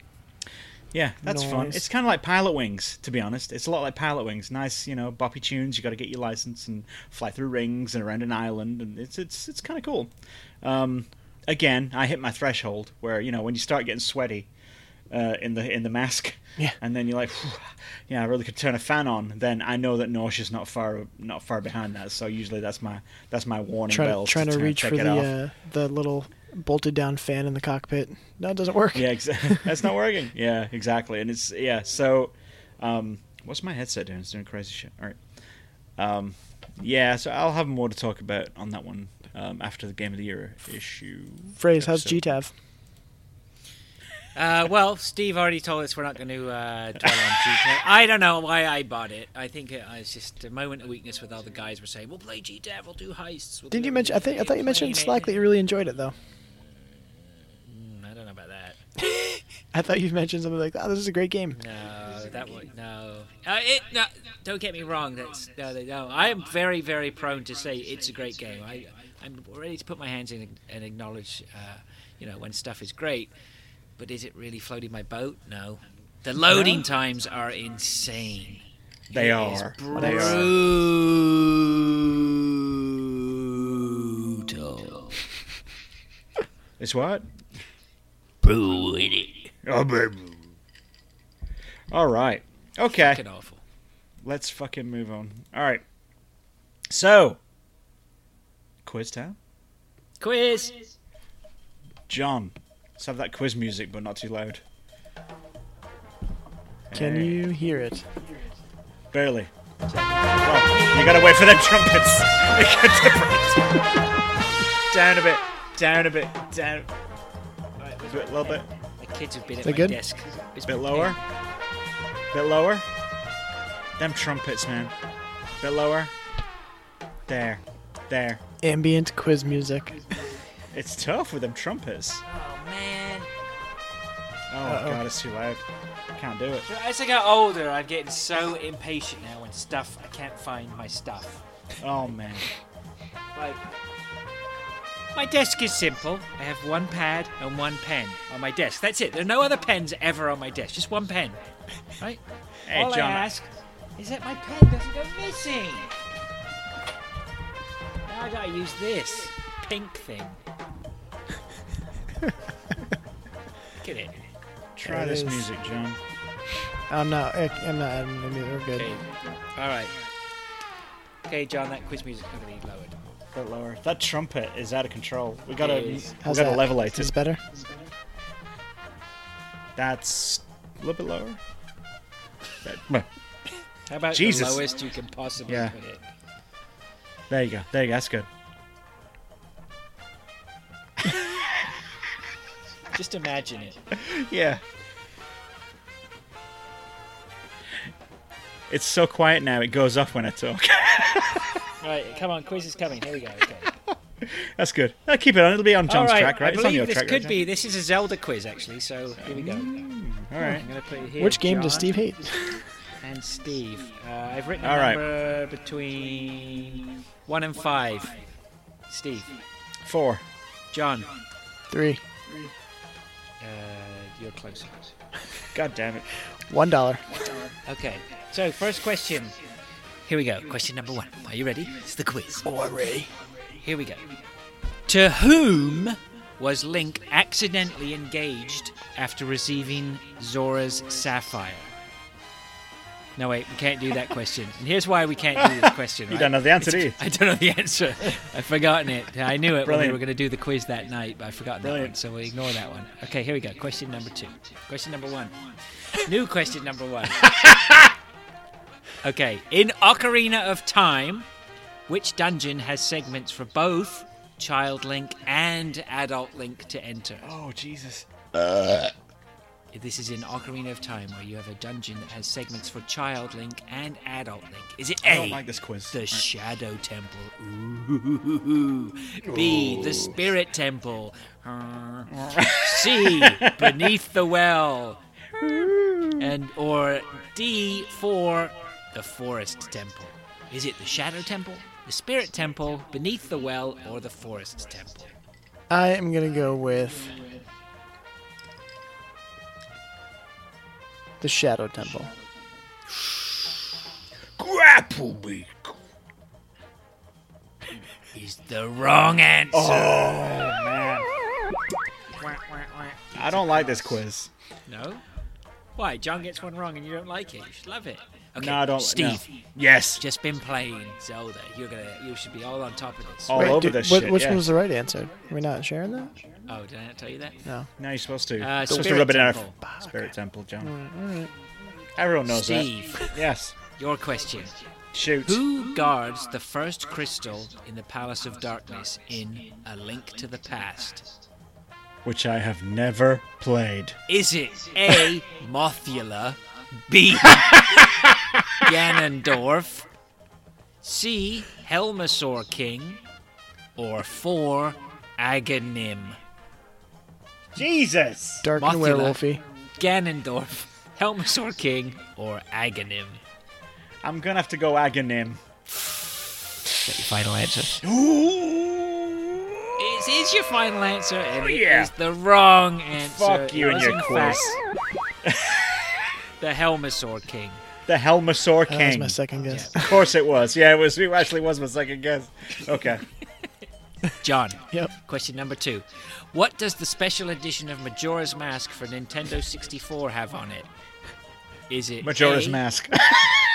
Yeah, that's fun.
Nice.
It's kind of like Pilot Wings, to be honest. It's a lot like Pilot Wings. Nice, you know, boppy tunes. You got to get your license and fly through rings and around an island, and it's it's it's kind of cool. Um, again, I hit my threshold where you know when you start getting sweaty uh, in the in the mask,
Yeah.
and then you're like, "Phew, yeah, I really could turn a fan on. Then I know that nausea's not far not far behind that. So usually that's my that's my warning
Trying
bell.
to trying to
turn-
reach
take
for
it
the
off.
uh, the little bolted down fan in the cockpit. No, it doesn't work.
Yeah, exactly. that's not working. Yeah, exactly. And it's yeah. So, um, what's my headset doing? It's doing crazy shit. All right. Um, yeah. So I'll have more to talk about on that one um, after the game of the year issue.
Phrase. How's
episode.
GTAV?
Uh, well, Steve already told us we're not going to uh, dwell on GTA. I don't know why I bought it. I think it, uh, it's just a moment of weakness with all the guys were saying, "We'll play GTA, we'll do heists." We'll
Did
do
you mention? I think I thought you mentioned in Slack that you really enjoyed it though.
Mm, I don't know about that.
I thought you mentioned something like, "Oh, this is a great game."
No, that one. No, uh, it. No, don't get me wrong. That's no, no, no. I am very, very prone to say it's a great game. I, I'm ready to put my hands in and acknowledge, uh, you know, when stuff is great. But is it really floating my boat? No. The loading times are insane.
They
It is
are. They are.
brutal.
It's what?
Brutal.
Oh, baby. All right. Okay.
Fucking awful.
Let's fucking move on. All right. So, quiz time.
Quiz.
John, let's have that quiz music, but not too loud.
Can
Hey.
you hear it?
Barely. Well, you gotta wait for them trumpets. It gets different. down a bit, down a bit, down. A bit, little bit,
The kids have been at
that
my
good?
desk. It's
bit lower. Bit lower. Them trumpets, man. Bit lower. There, there.
Ambient quiz music.
It's tough with them trumpets.
Oh man.
Oh my god, it's too loud. Can't do it.
As I get older, I'm getting so impatient now when stuff I can't find my stuff.
Oh man.
Like my desk is simple. I have one pad and one pen on my desk. That's it. There are no other pens ever on my desk. Just one pen. Right?
Hey,
All
John.
I ask is that my pen doesn't go missing. Now I gotta use this pink thing. Get it.
Try
It
this
is.
music, John.
I'm not. I- I'm not adding any. We're good.
Okay. All right. Okay, John, that quiz music's going to be lowered.
Bit lower. That trumpet is out of control. We gotta,
It
we
is.
How's
gotta
that?
levelate
Is
it.
this better?
That's a little bit lower.
How about
Jesus.
the lowest you can possibly
Yeah.
put it?
There you go. There you go. That's good.
Just imagine it.
Yeah. It's so quiet now. It goes off when I talk.
Right, come on, quiz is coming. Here we go. Okay.
That's good. I'll keep it on. It'll be on John's
All
track, right?
I
it's on
believe
your
this
track, Mm.
could
right?
be. This is a Zelda quiz, actually. So here we go.
All right.
I'm going to put it here.
Which game does
John
Steve hate?
And Steve. Uh, I've written a
All right.
number between one and five. Steve,
Four.
John,
Three.
uh, you're close.
God damn it.
One dollar.
Okay. So first question. Here we go. Question number one. Are you ready? It's the quiz. Here we go. To whom was Link accidentally engaged after receiving Zora's sapphire? No, wait, we can't do that question. And here's why we can't do this question.
You
right?
don't know the answer, do you?
I don't know the answer. I've forgotten it. I knew it when we
Brilliant.
were going to do the quiz that night, but I've forgotten
Brilliant.
that one, so we ignore that one. Okay, here we go. Question number two. Question number one. New question number one. okay, in Ocarina of Time, which dungeon has segments for both Child Link and Adult Link to enter?
Oh Jesus.
This is in Ocarina of Time, where you have a dungeon that has segments for Child Link and Adult Link. Is it
I
A?
don't like this quiz.
The Shadow Temple. Ooh. B.
Oh.
The Spirit Temple. Uh. C. Beneath the Well. And or D. For the Forest Temple. Is it the Shadow Temple, the Spirit Temple, Beneath the Well, or the Forest Temple?
I am gonna go with the Shadow Temple.
Grapple me.
Is the wrong answer.
Oh. I don't like this quiz.
No. Why? John gets one wrong and you don't like it. You should love it. Okay,
No, I don't. no.
Steve,
Yes.
just been playing Zelda. You're gonna. You should be all on top of this.
All
Wait,
over
dude,
this
what-
shit.
Which
yeah.
one was the right answer? Are we not sharing that?
Oh, did I not tell you that?
No.
No, you're supposed to.
Uh,
You're supposed to
Spirit
rub it in our
Temple. Mm,
Spirit Temple, John. Everyone knows
Steve,
that. Yes.
your question.
Shoot.
Who guards the first crystal in the Palace of Darkness in A Link to the Past?
Which I have never played.
Is it A. Mothula, B. Ganondorf, C. Helmasaur King, or 4. Aghanim?
Jesus.
Dark and
Mothula.
werewolfy.
Ganondorf, Helmasaur King, or Aghanim?
I'm gonna have to go Aghanim.
Final answer. It is your final answer, and it is
Oh, yeah.
the wrong answer.
Fuck you
It
and
was,
your
in
quiz.
fact, The Helmasaur King.
The Helmasaur
That was
King.
my
Oh,
second guess.
Of course it was. Yeah, it was. It actually was my second guess. Okay.
John,
Yep.
question number two. What does the special edition of Majora's Mask for Nintendo 64 have on it? Is it
Majora's
A,
Mask.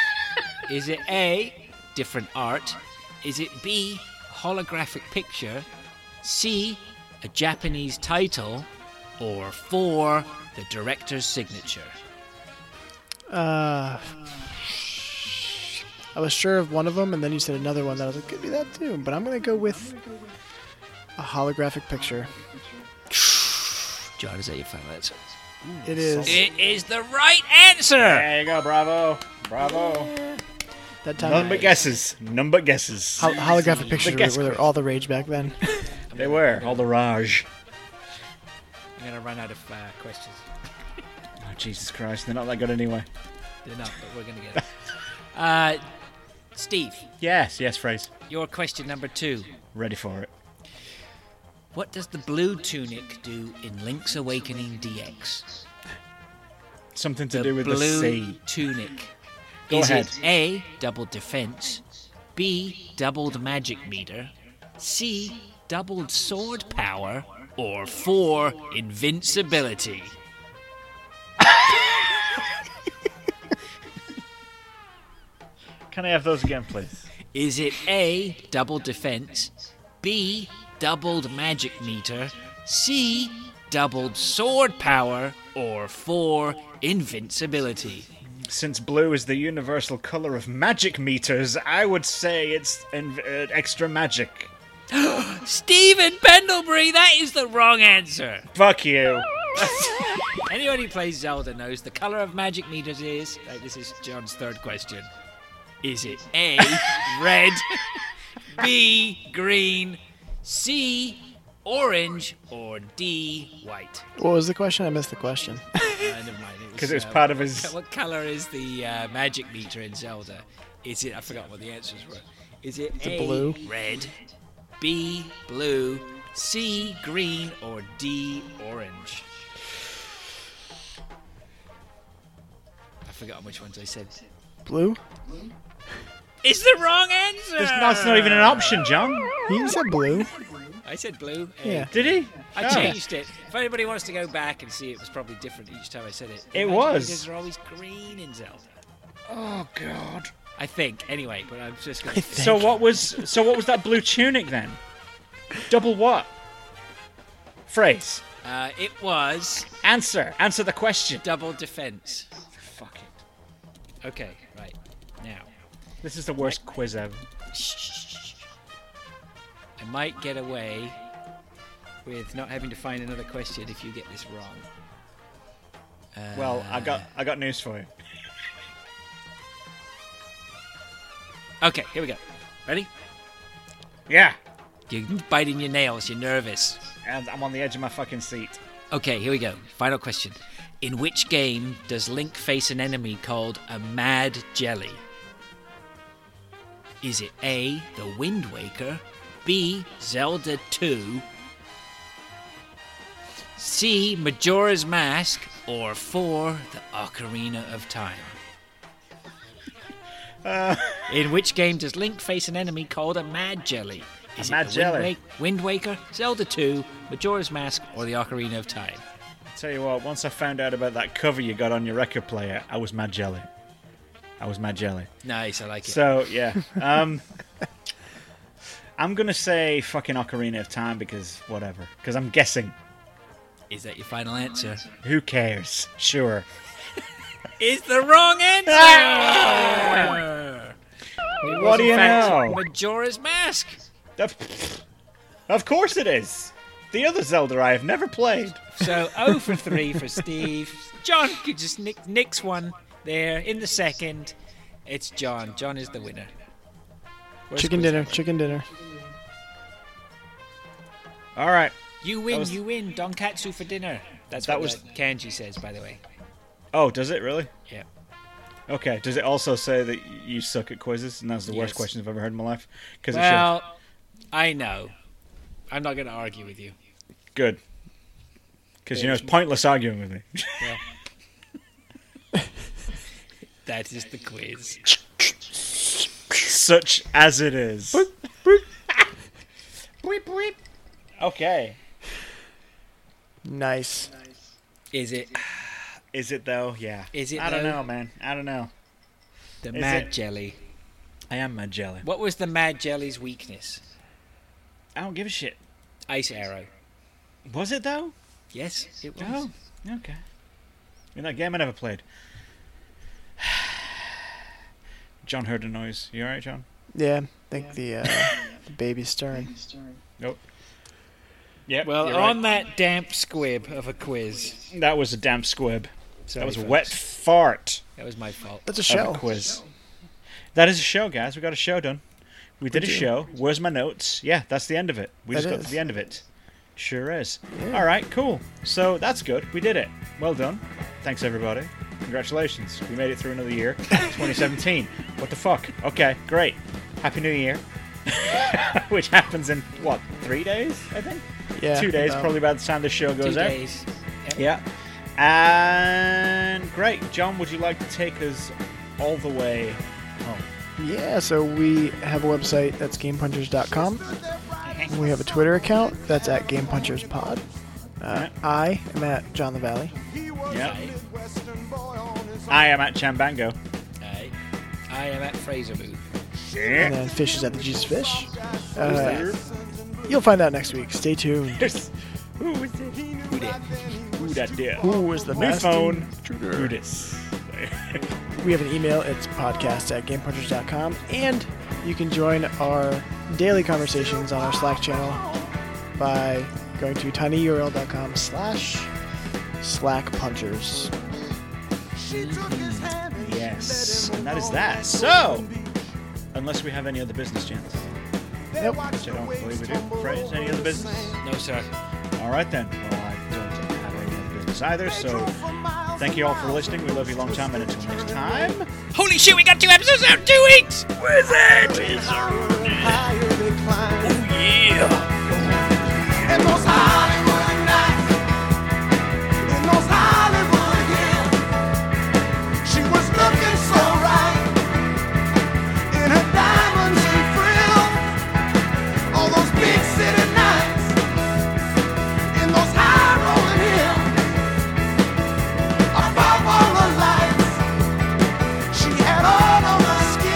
Is it A, different art? Is it B, holographic picture? C, a Japanese title? Or four, the director's signature?
Uh, I was sure of one of them, and then you said another one that I was like, could be that too. But I'm gonna go with a holographic picture.
John, is that your final answer?
It is
It is the right answer!
there you go. Bravo. Bravo.
that time.
None but guesses. None but guesses.
Hol- holographic pictures
guess
were, were
quiz.
all the rage back then.
They were. All the rage.
I'm gonna run out of uh, questions.
Oh, Jesus Christ. They're not that good anyway.
They're not, but we're gonna get it. Uh, Steve,
Yes. Yes, phrase.
your question number two.
Ready for it.
What does the blue tunic do in Link's Awakening DX?
Something to
the
do with
blue
the sea.
tunic.
Go
is
ahead.
it A, double defense, B, doubled magic meter, C, doubled sword power, or four, invincibility?
Can I have those again, please?
Is it A, double defense, B, doubled magic meter, C, doubled sword power, or 4, invincibility?
Since blue is the universal color of magic meters, I would say it's en- uh, extra magic.
Stephen Pendlebury, that is the wrong answer.
Fuck you.
Anyone who plays Zelda knows the color of magic meters is. Like, this is John's third question. Is it A, red, B, green, C, orange, or D, white?
What was the question? I missed the question.
Uh, never mind.
Because it was
uh,
part of his.
What color is the uh, magic meter in Zelda? Is it? I forgot what the answers were. Is it
it blue?
red, B, blue, C, green, or D, orange? I forgot which ones I said.
Blue?
It's the wrong answer.
It's not, e- it's not even an option, John.
He said blue.
I said blue. A.
Yeah.
Did he?
I
Oh.
changed it. If anybody wants to go back and see, it was probably different each time I said it.
It
Magic
was.
meters are always green in Zelda.
Oh god.
I think. Anyway, but I'm just gonna.
So what was so what was that blue tunic then? Double what? Phrase.
Uh, it was
Answer. Answer the question.
double defense.
Fuck it.
Okay, right now,
This is the worst quiz ever.
I might get away with not having to find another question if you get this wrong.
Well, I got I got news for you.
Okay, here we go. Ready?
Yeah.
You're biting your nails. You're nervous.
And I'm on the edge of my fucking seat.
Okay, here we go. Final question. In which game does Link face an enemy called a mad jelly? Is it A, The Wind Waker, B, Zelda 2, C, Majora's Mask, or 4, The Ocarina of Time? In which game does Link face an enemy called a mad jelly? Is
A mad
it the
jelly.
Wind, Wa- Wind Waker, Zelda 2, Majora's Mask, or The Ocarina of Time?
Tell you what, once I found out about that cover you got on your record player, I was mad jelly. I was mad jelly.
Nice, I like it.
So yeah, um, I'm gonna say fucking Ocarina of Time because whatever. Because I'm guessing.
Is that your final answer?
Who cares? Sure.
Is the wrong answer! It was,
do
in
you
fact,
know?
Majora's Mask.
Of, of course it is. The other Zelda I have never played.
So 0 for 3 for Steve. John could just nick, nicks one there in the second. It's John. John is the winner. Worst
Chicken
quiz
dinner.
ever.
Chicken dinner.
All right.
You win,
was-
you win. Donkatsu for dinner. That's
That
what
was-
was... Kanji says, by the way.
Oh, does it really?
Yeah.
Okay. Does it also say that y- you suck at quizzes and that's the worst
Yes.
question I've ever heard in my life? Because
Well, I know. I'm not going to argue with you.
it should. Good. Because you know it's pointless arguing with me.
That is the quiz.
Such as it is. Okay.
Nice.
Is it
Is it though? Yeah.
Is it
I don't
though?
know, man. I don't know.
the
Is
mad
it-
jelly?
I am mad jelly.
What was the Mad Jelly's weakness?
I don't give a shit.
Ice arrow.
Was it though?
Yes, it was.
Oh, okay. In that game I never played. John heard a noise. You alright, John?
Yeah. I think the, uh, the baby's stirring.
Yeah.
Well, on that damp squib of a quiz.
that was a damp squib.
Sorry,
That was a
folks.
wet fart
That was my fault.
That's a
of
show.
a quiz. That is a show, guys. We got a show done. We did a
do.
show. Where's my notes? Yeah, that's the end of it. We
That
just got
is.
to the end of it. Sure is. All right, cool. So that's good. We did it. Well done. Thanks, everybody. Congratulations. We made it through another year. 2017. What the fuck? Okay, great. Happy New Year. Which happens in, what, three days, I think?
Yeah. Um,
Two days,
about-
probably by the time the show
Two
goes out.
days.
Yeah. And great. John, would you like to take us all the way home?
Yeah, so we have a website that's gamepunchers.com. We have a Twitter account that's at GamePunchersPod. Uh, I am at John the Valley.
Yeah. I am at Chambango.
Aye. I am at Fraser Boot.
and then fish is at the Jesus Fish. Uh, you'll find out next week. Stay tuned.
Who is it? Who that? Who that there?
Who is the
New
master
phone.
intruder?
Who this?
We have an email. It's podcast at gamepunchers.com. And you can join our daily conversations on our Slack channel by going to tinyurl.com slash slack punchers.
yes. And that is that. So, unless we have any other business, chance,
Nope.
which I don't believe we do. Phrase any other business?
No, sir.
All right then. Well, I don't have any other business either. So, thank you all for listening. We love you a long time, and until next time.
Holy shit, we got two episodes out in two weeks!
In those Hollywood nights, in those Hollywood hills, she was looking so right in her diamonds and frills. All those big city nights, in those high rolling hills, above all the lights, she had all of her skills.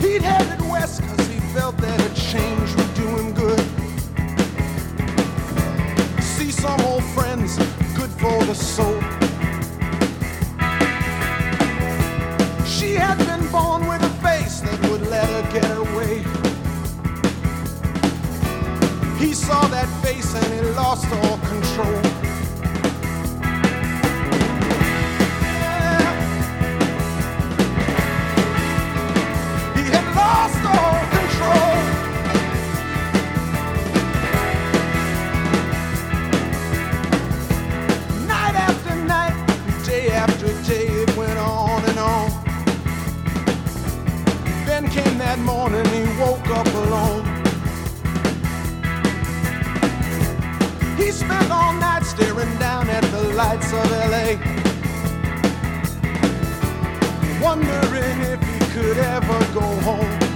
He'd headed west because he felt that a change would do him good. See some old friends, good for the soul. She had been born with a face that would let her get away. He saw that face and he lost all control. Yeah. He had lost all control. Night after night, day after day, it went on and on. Then came that morning, he woke up alone. He spent all night staring down at the lights of LA wondering if he could ever go home.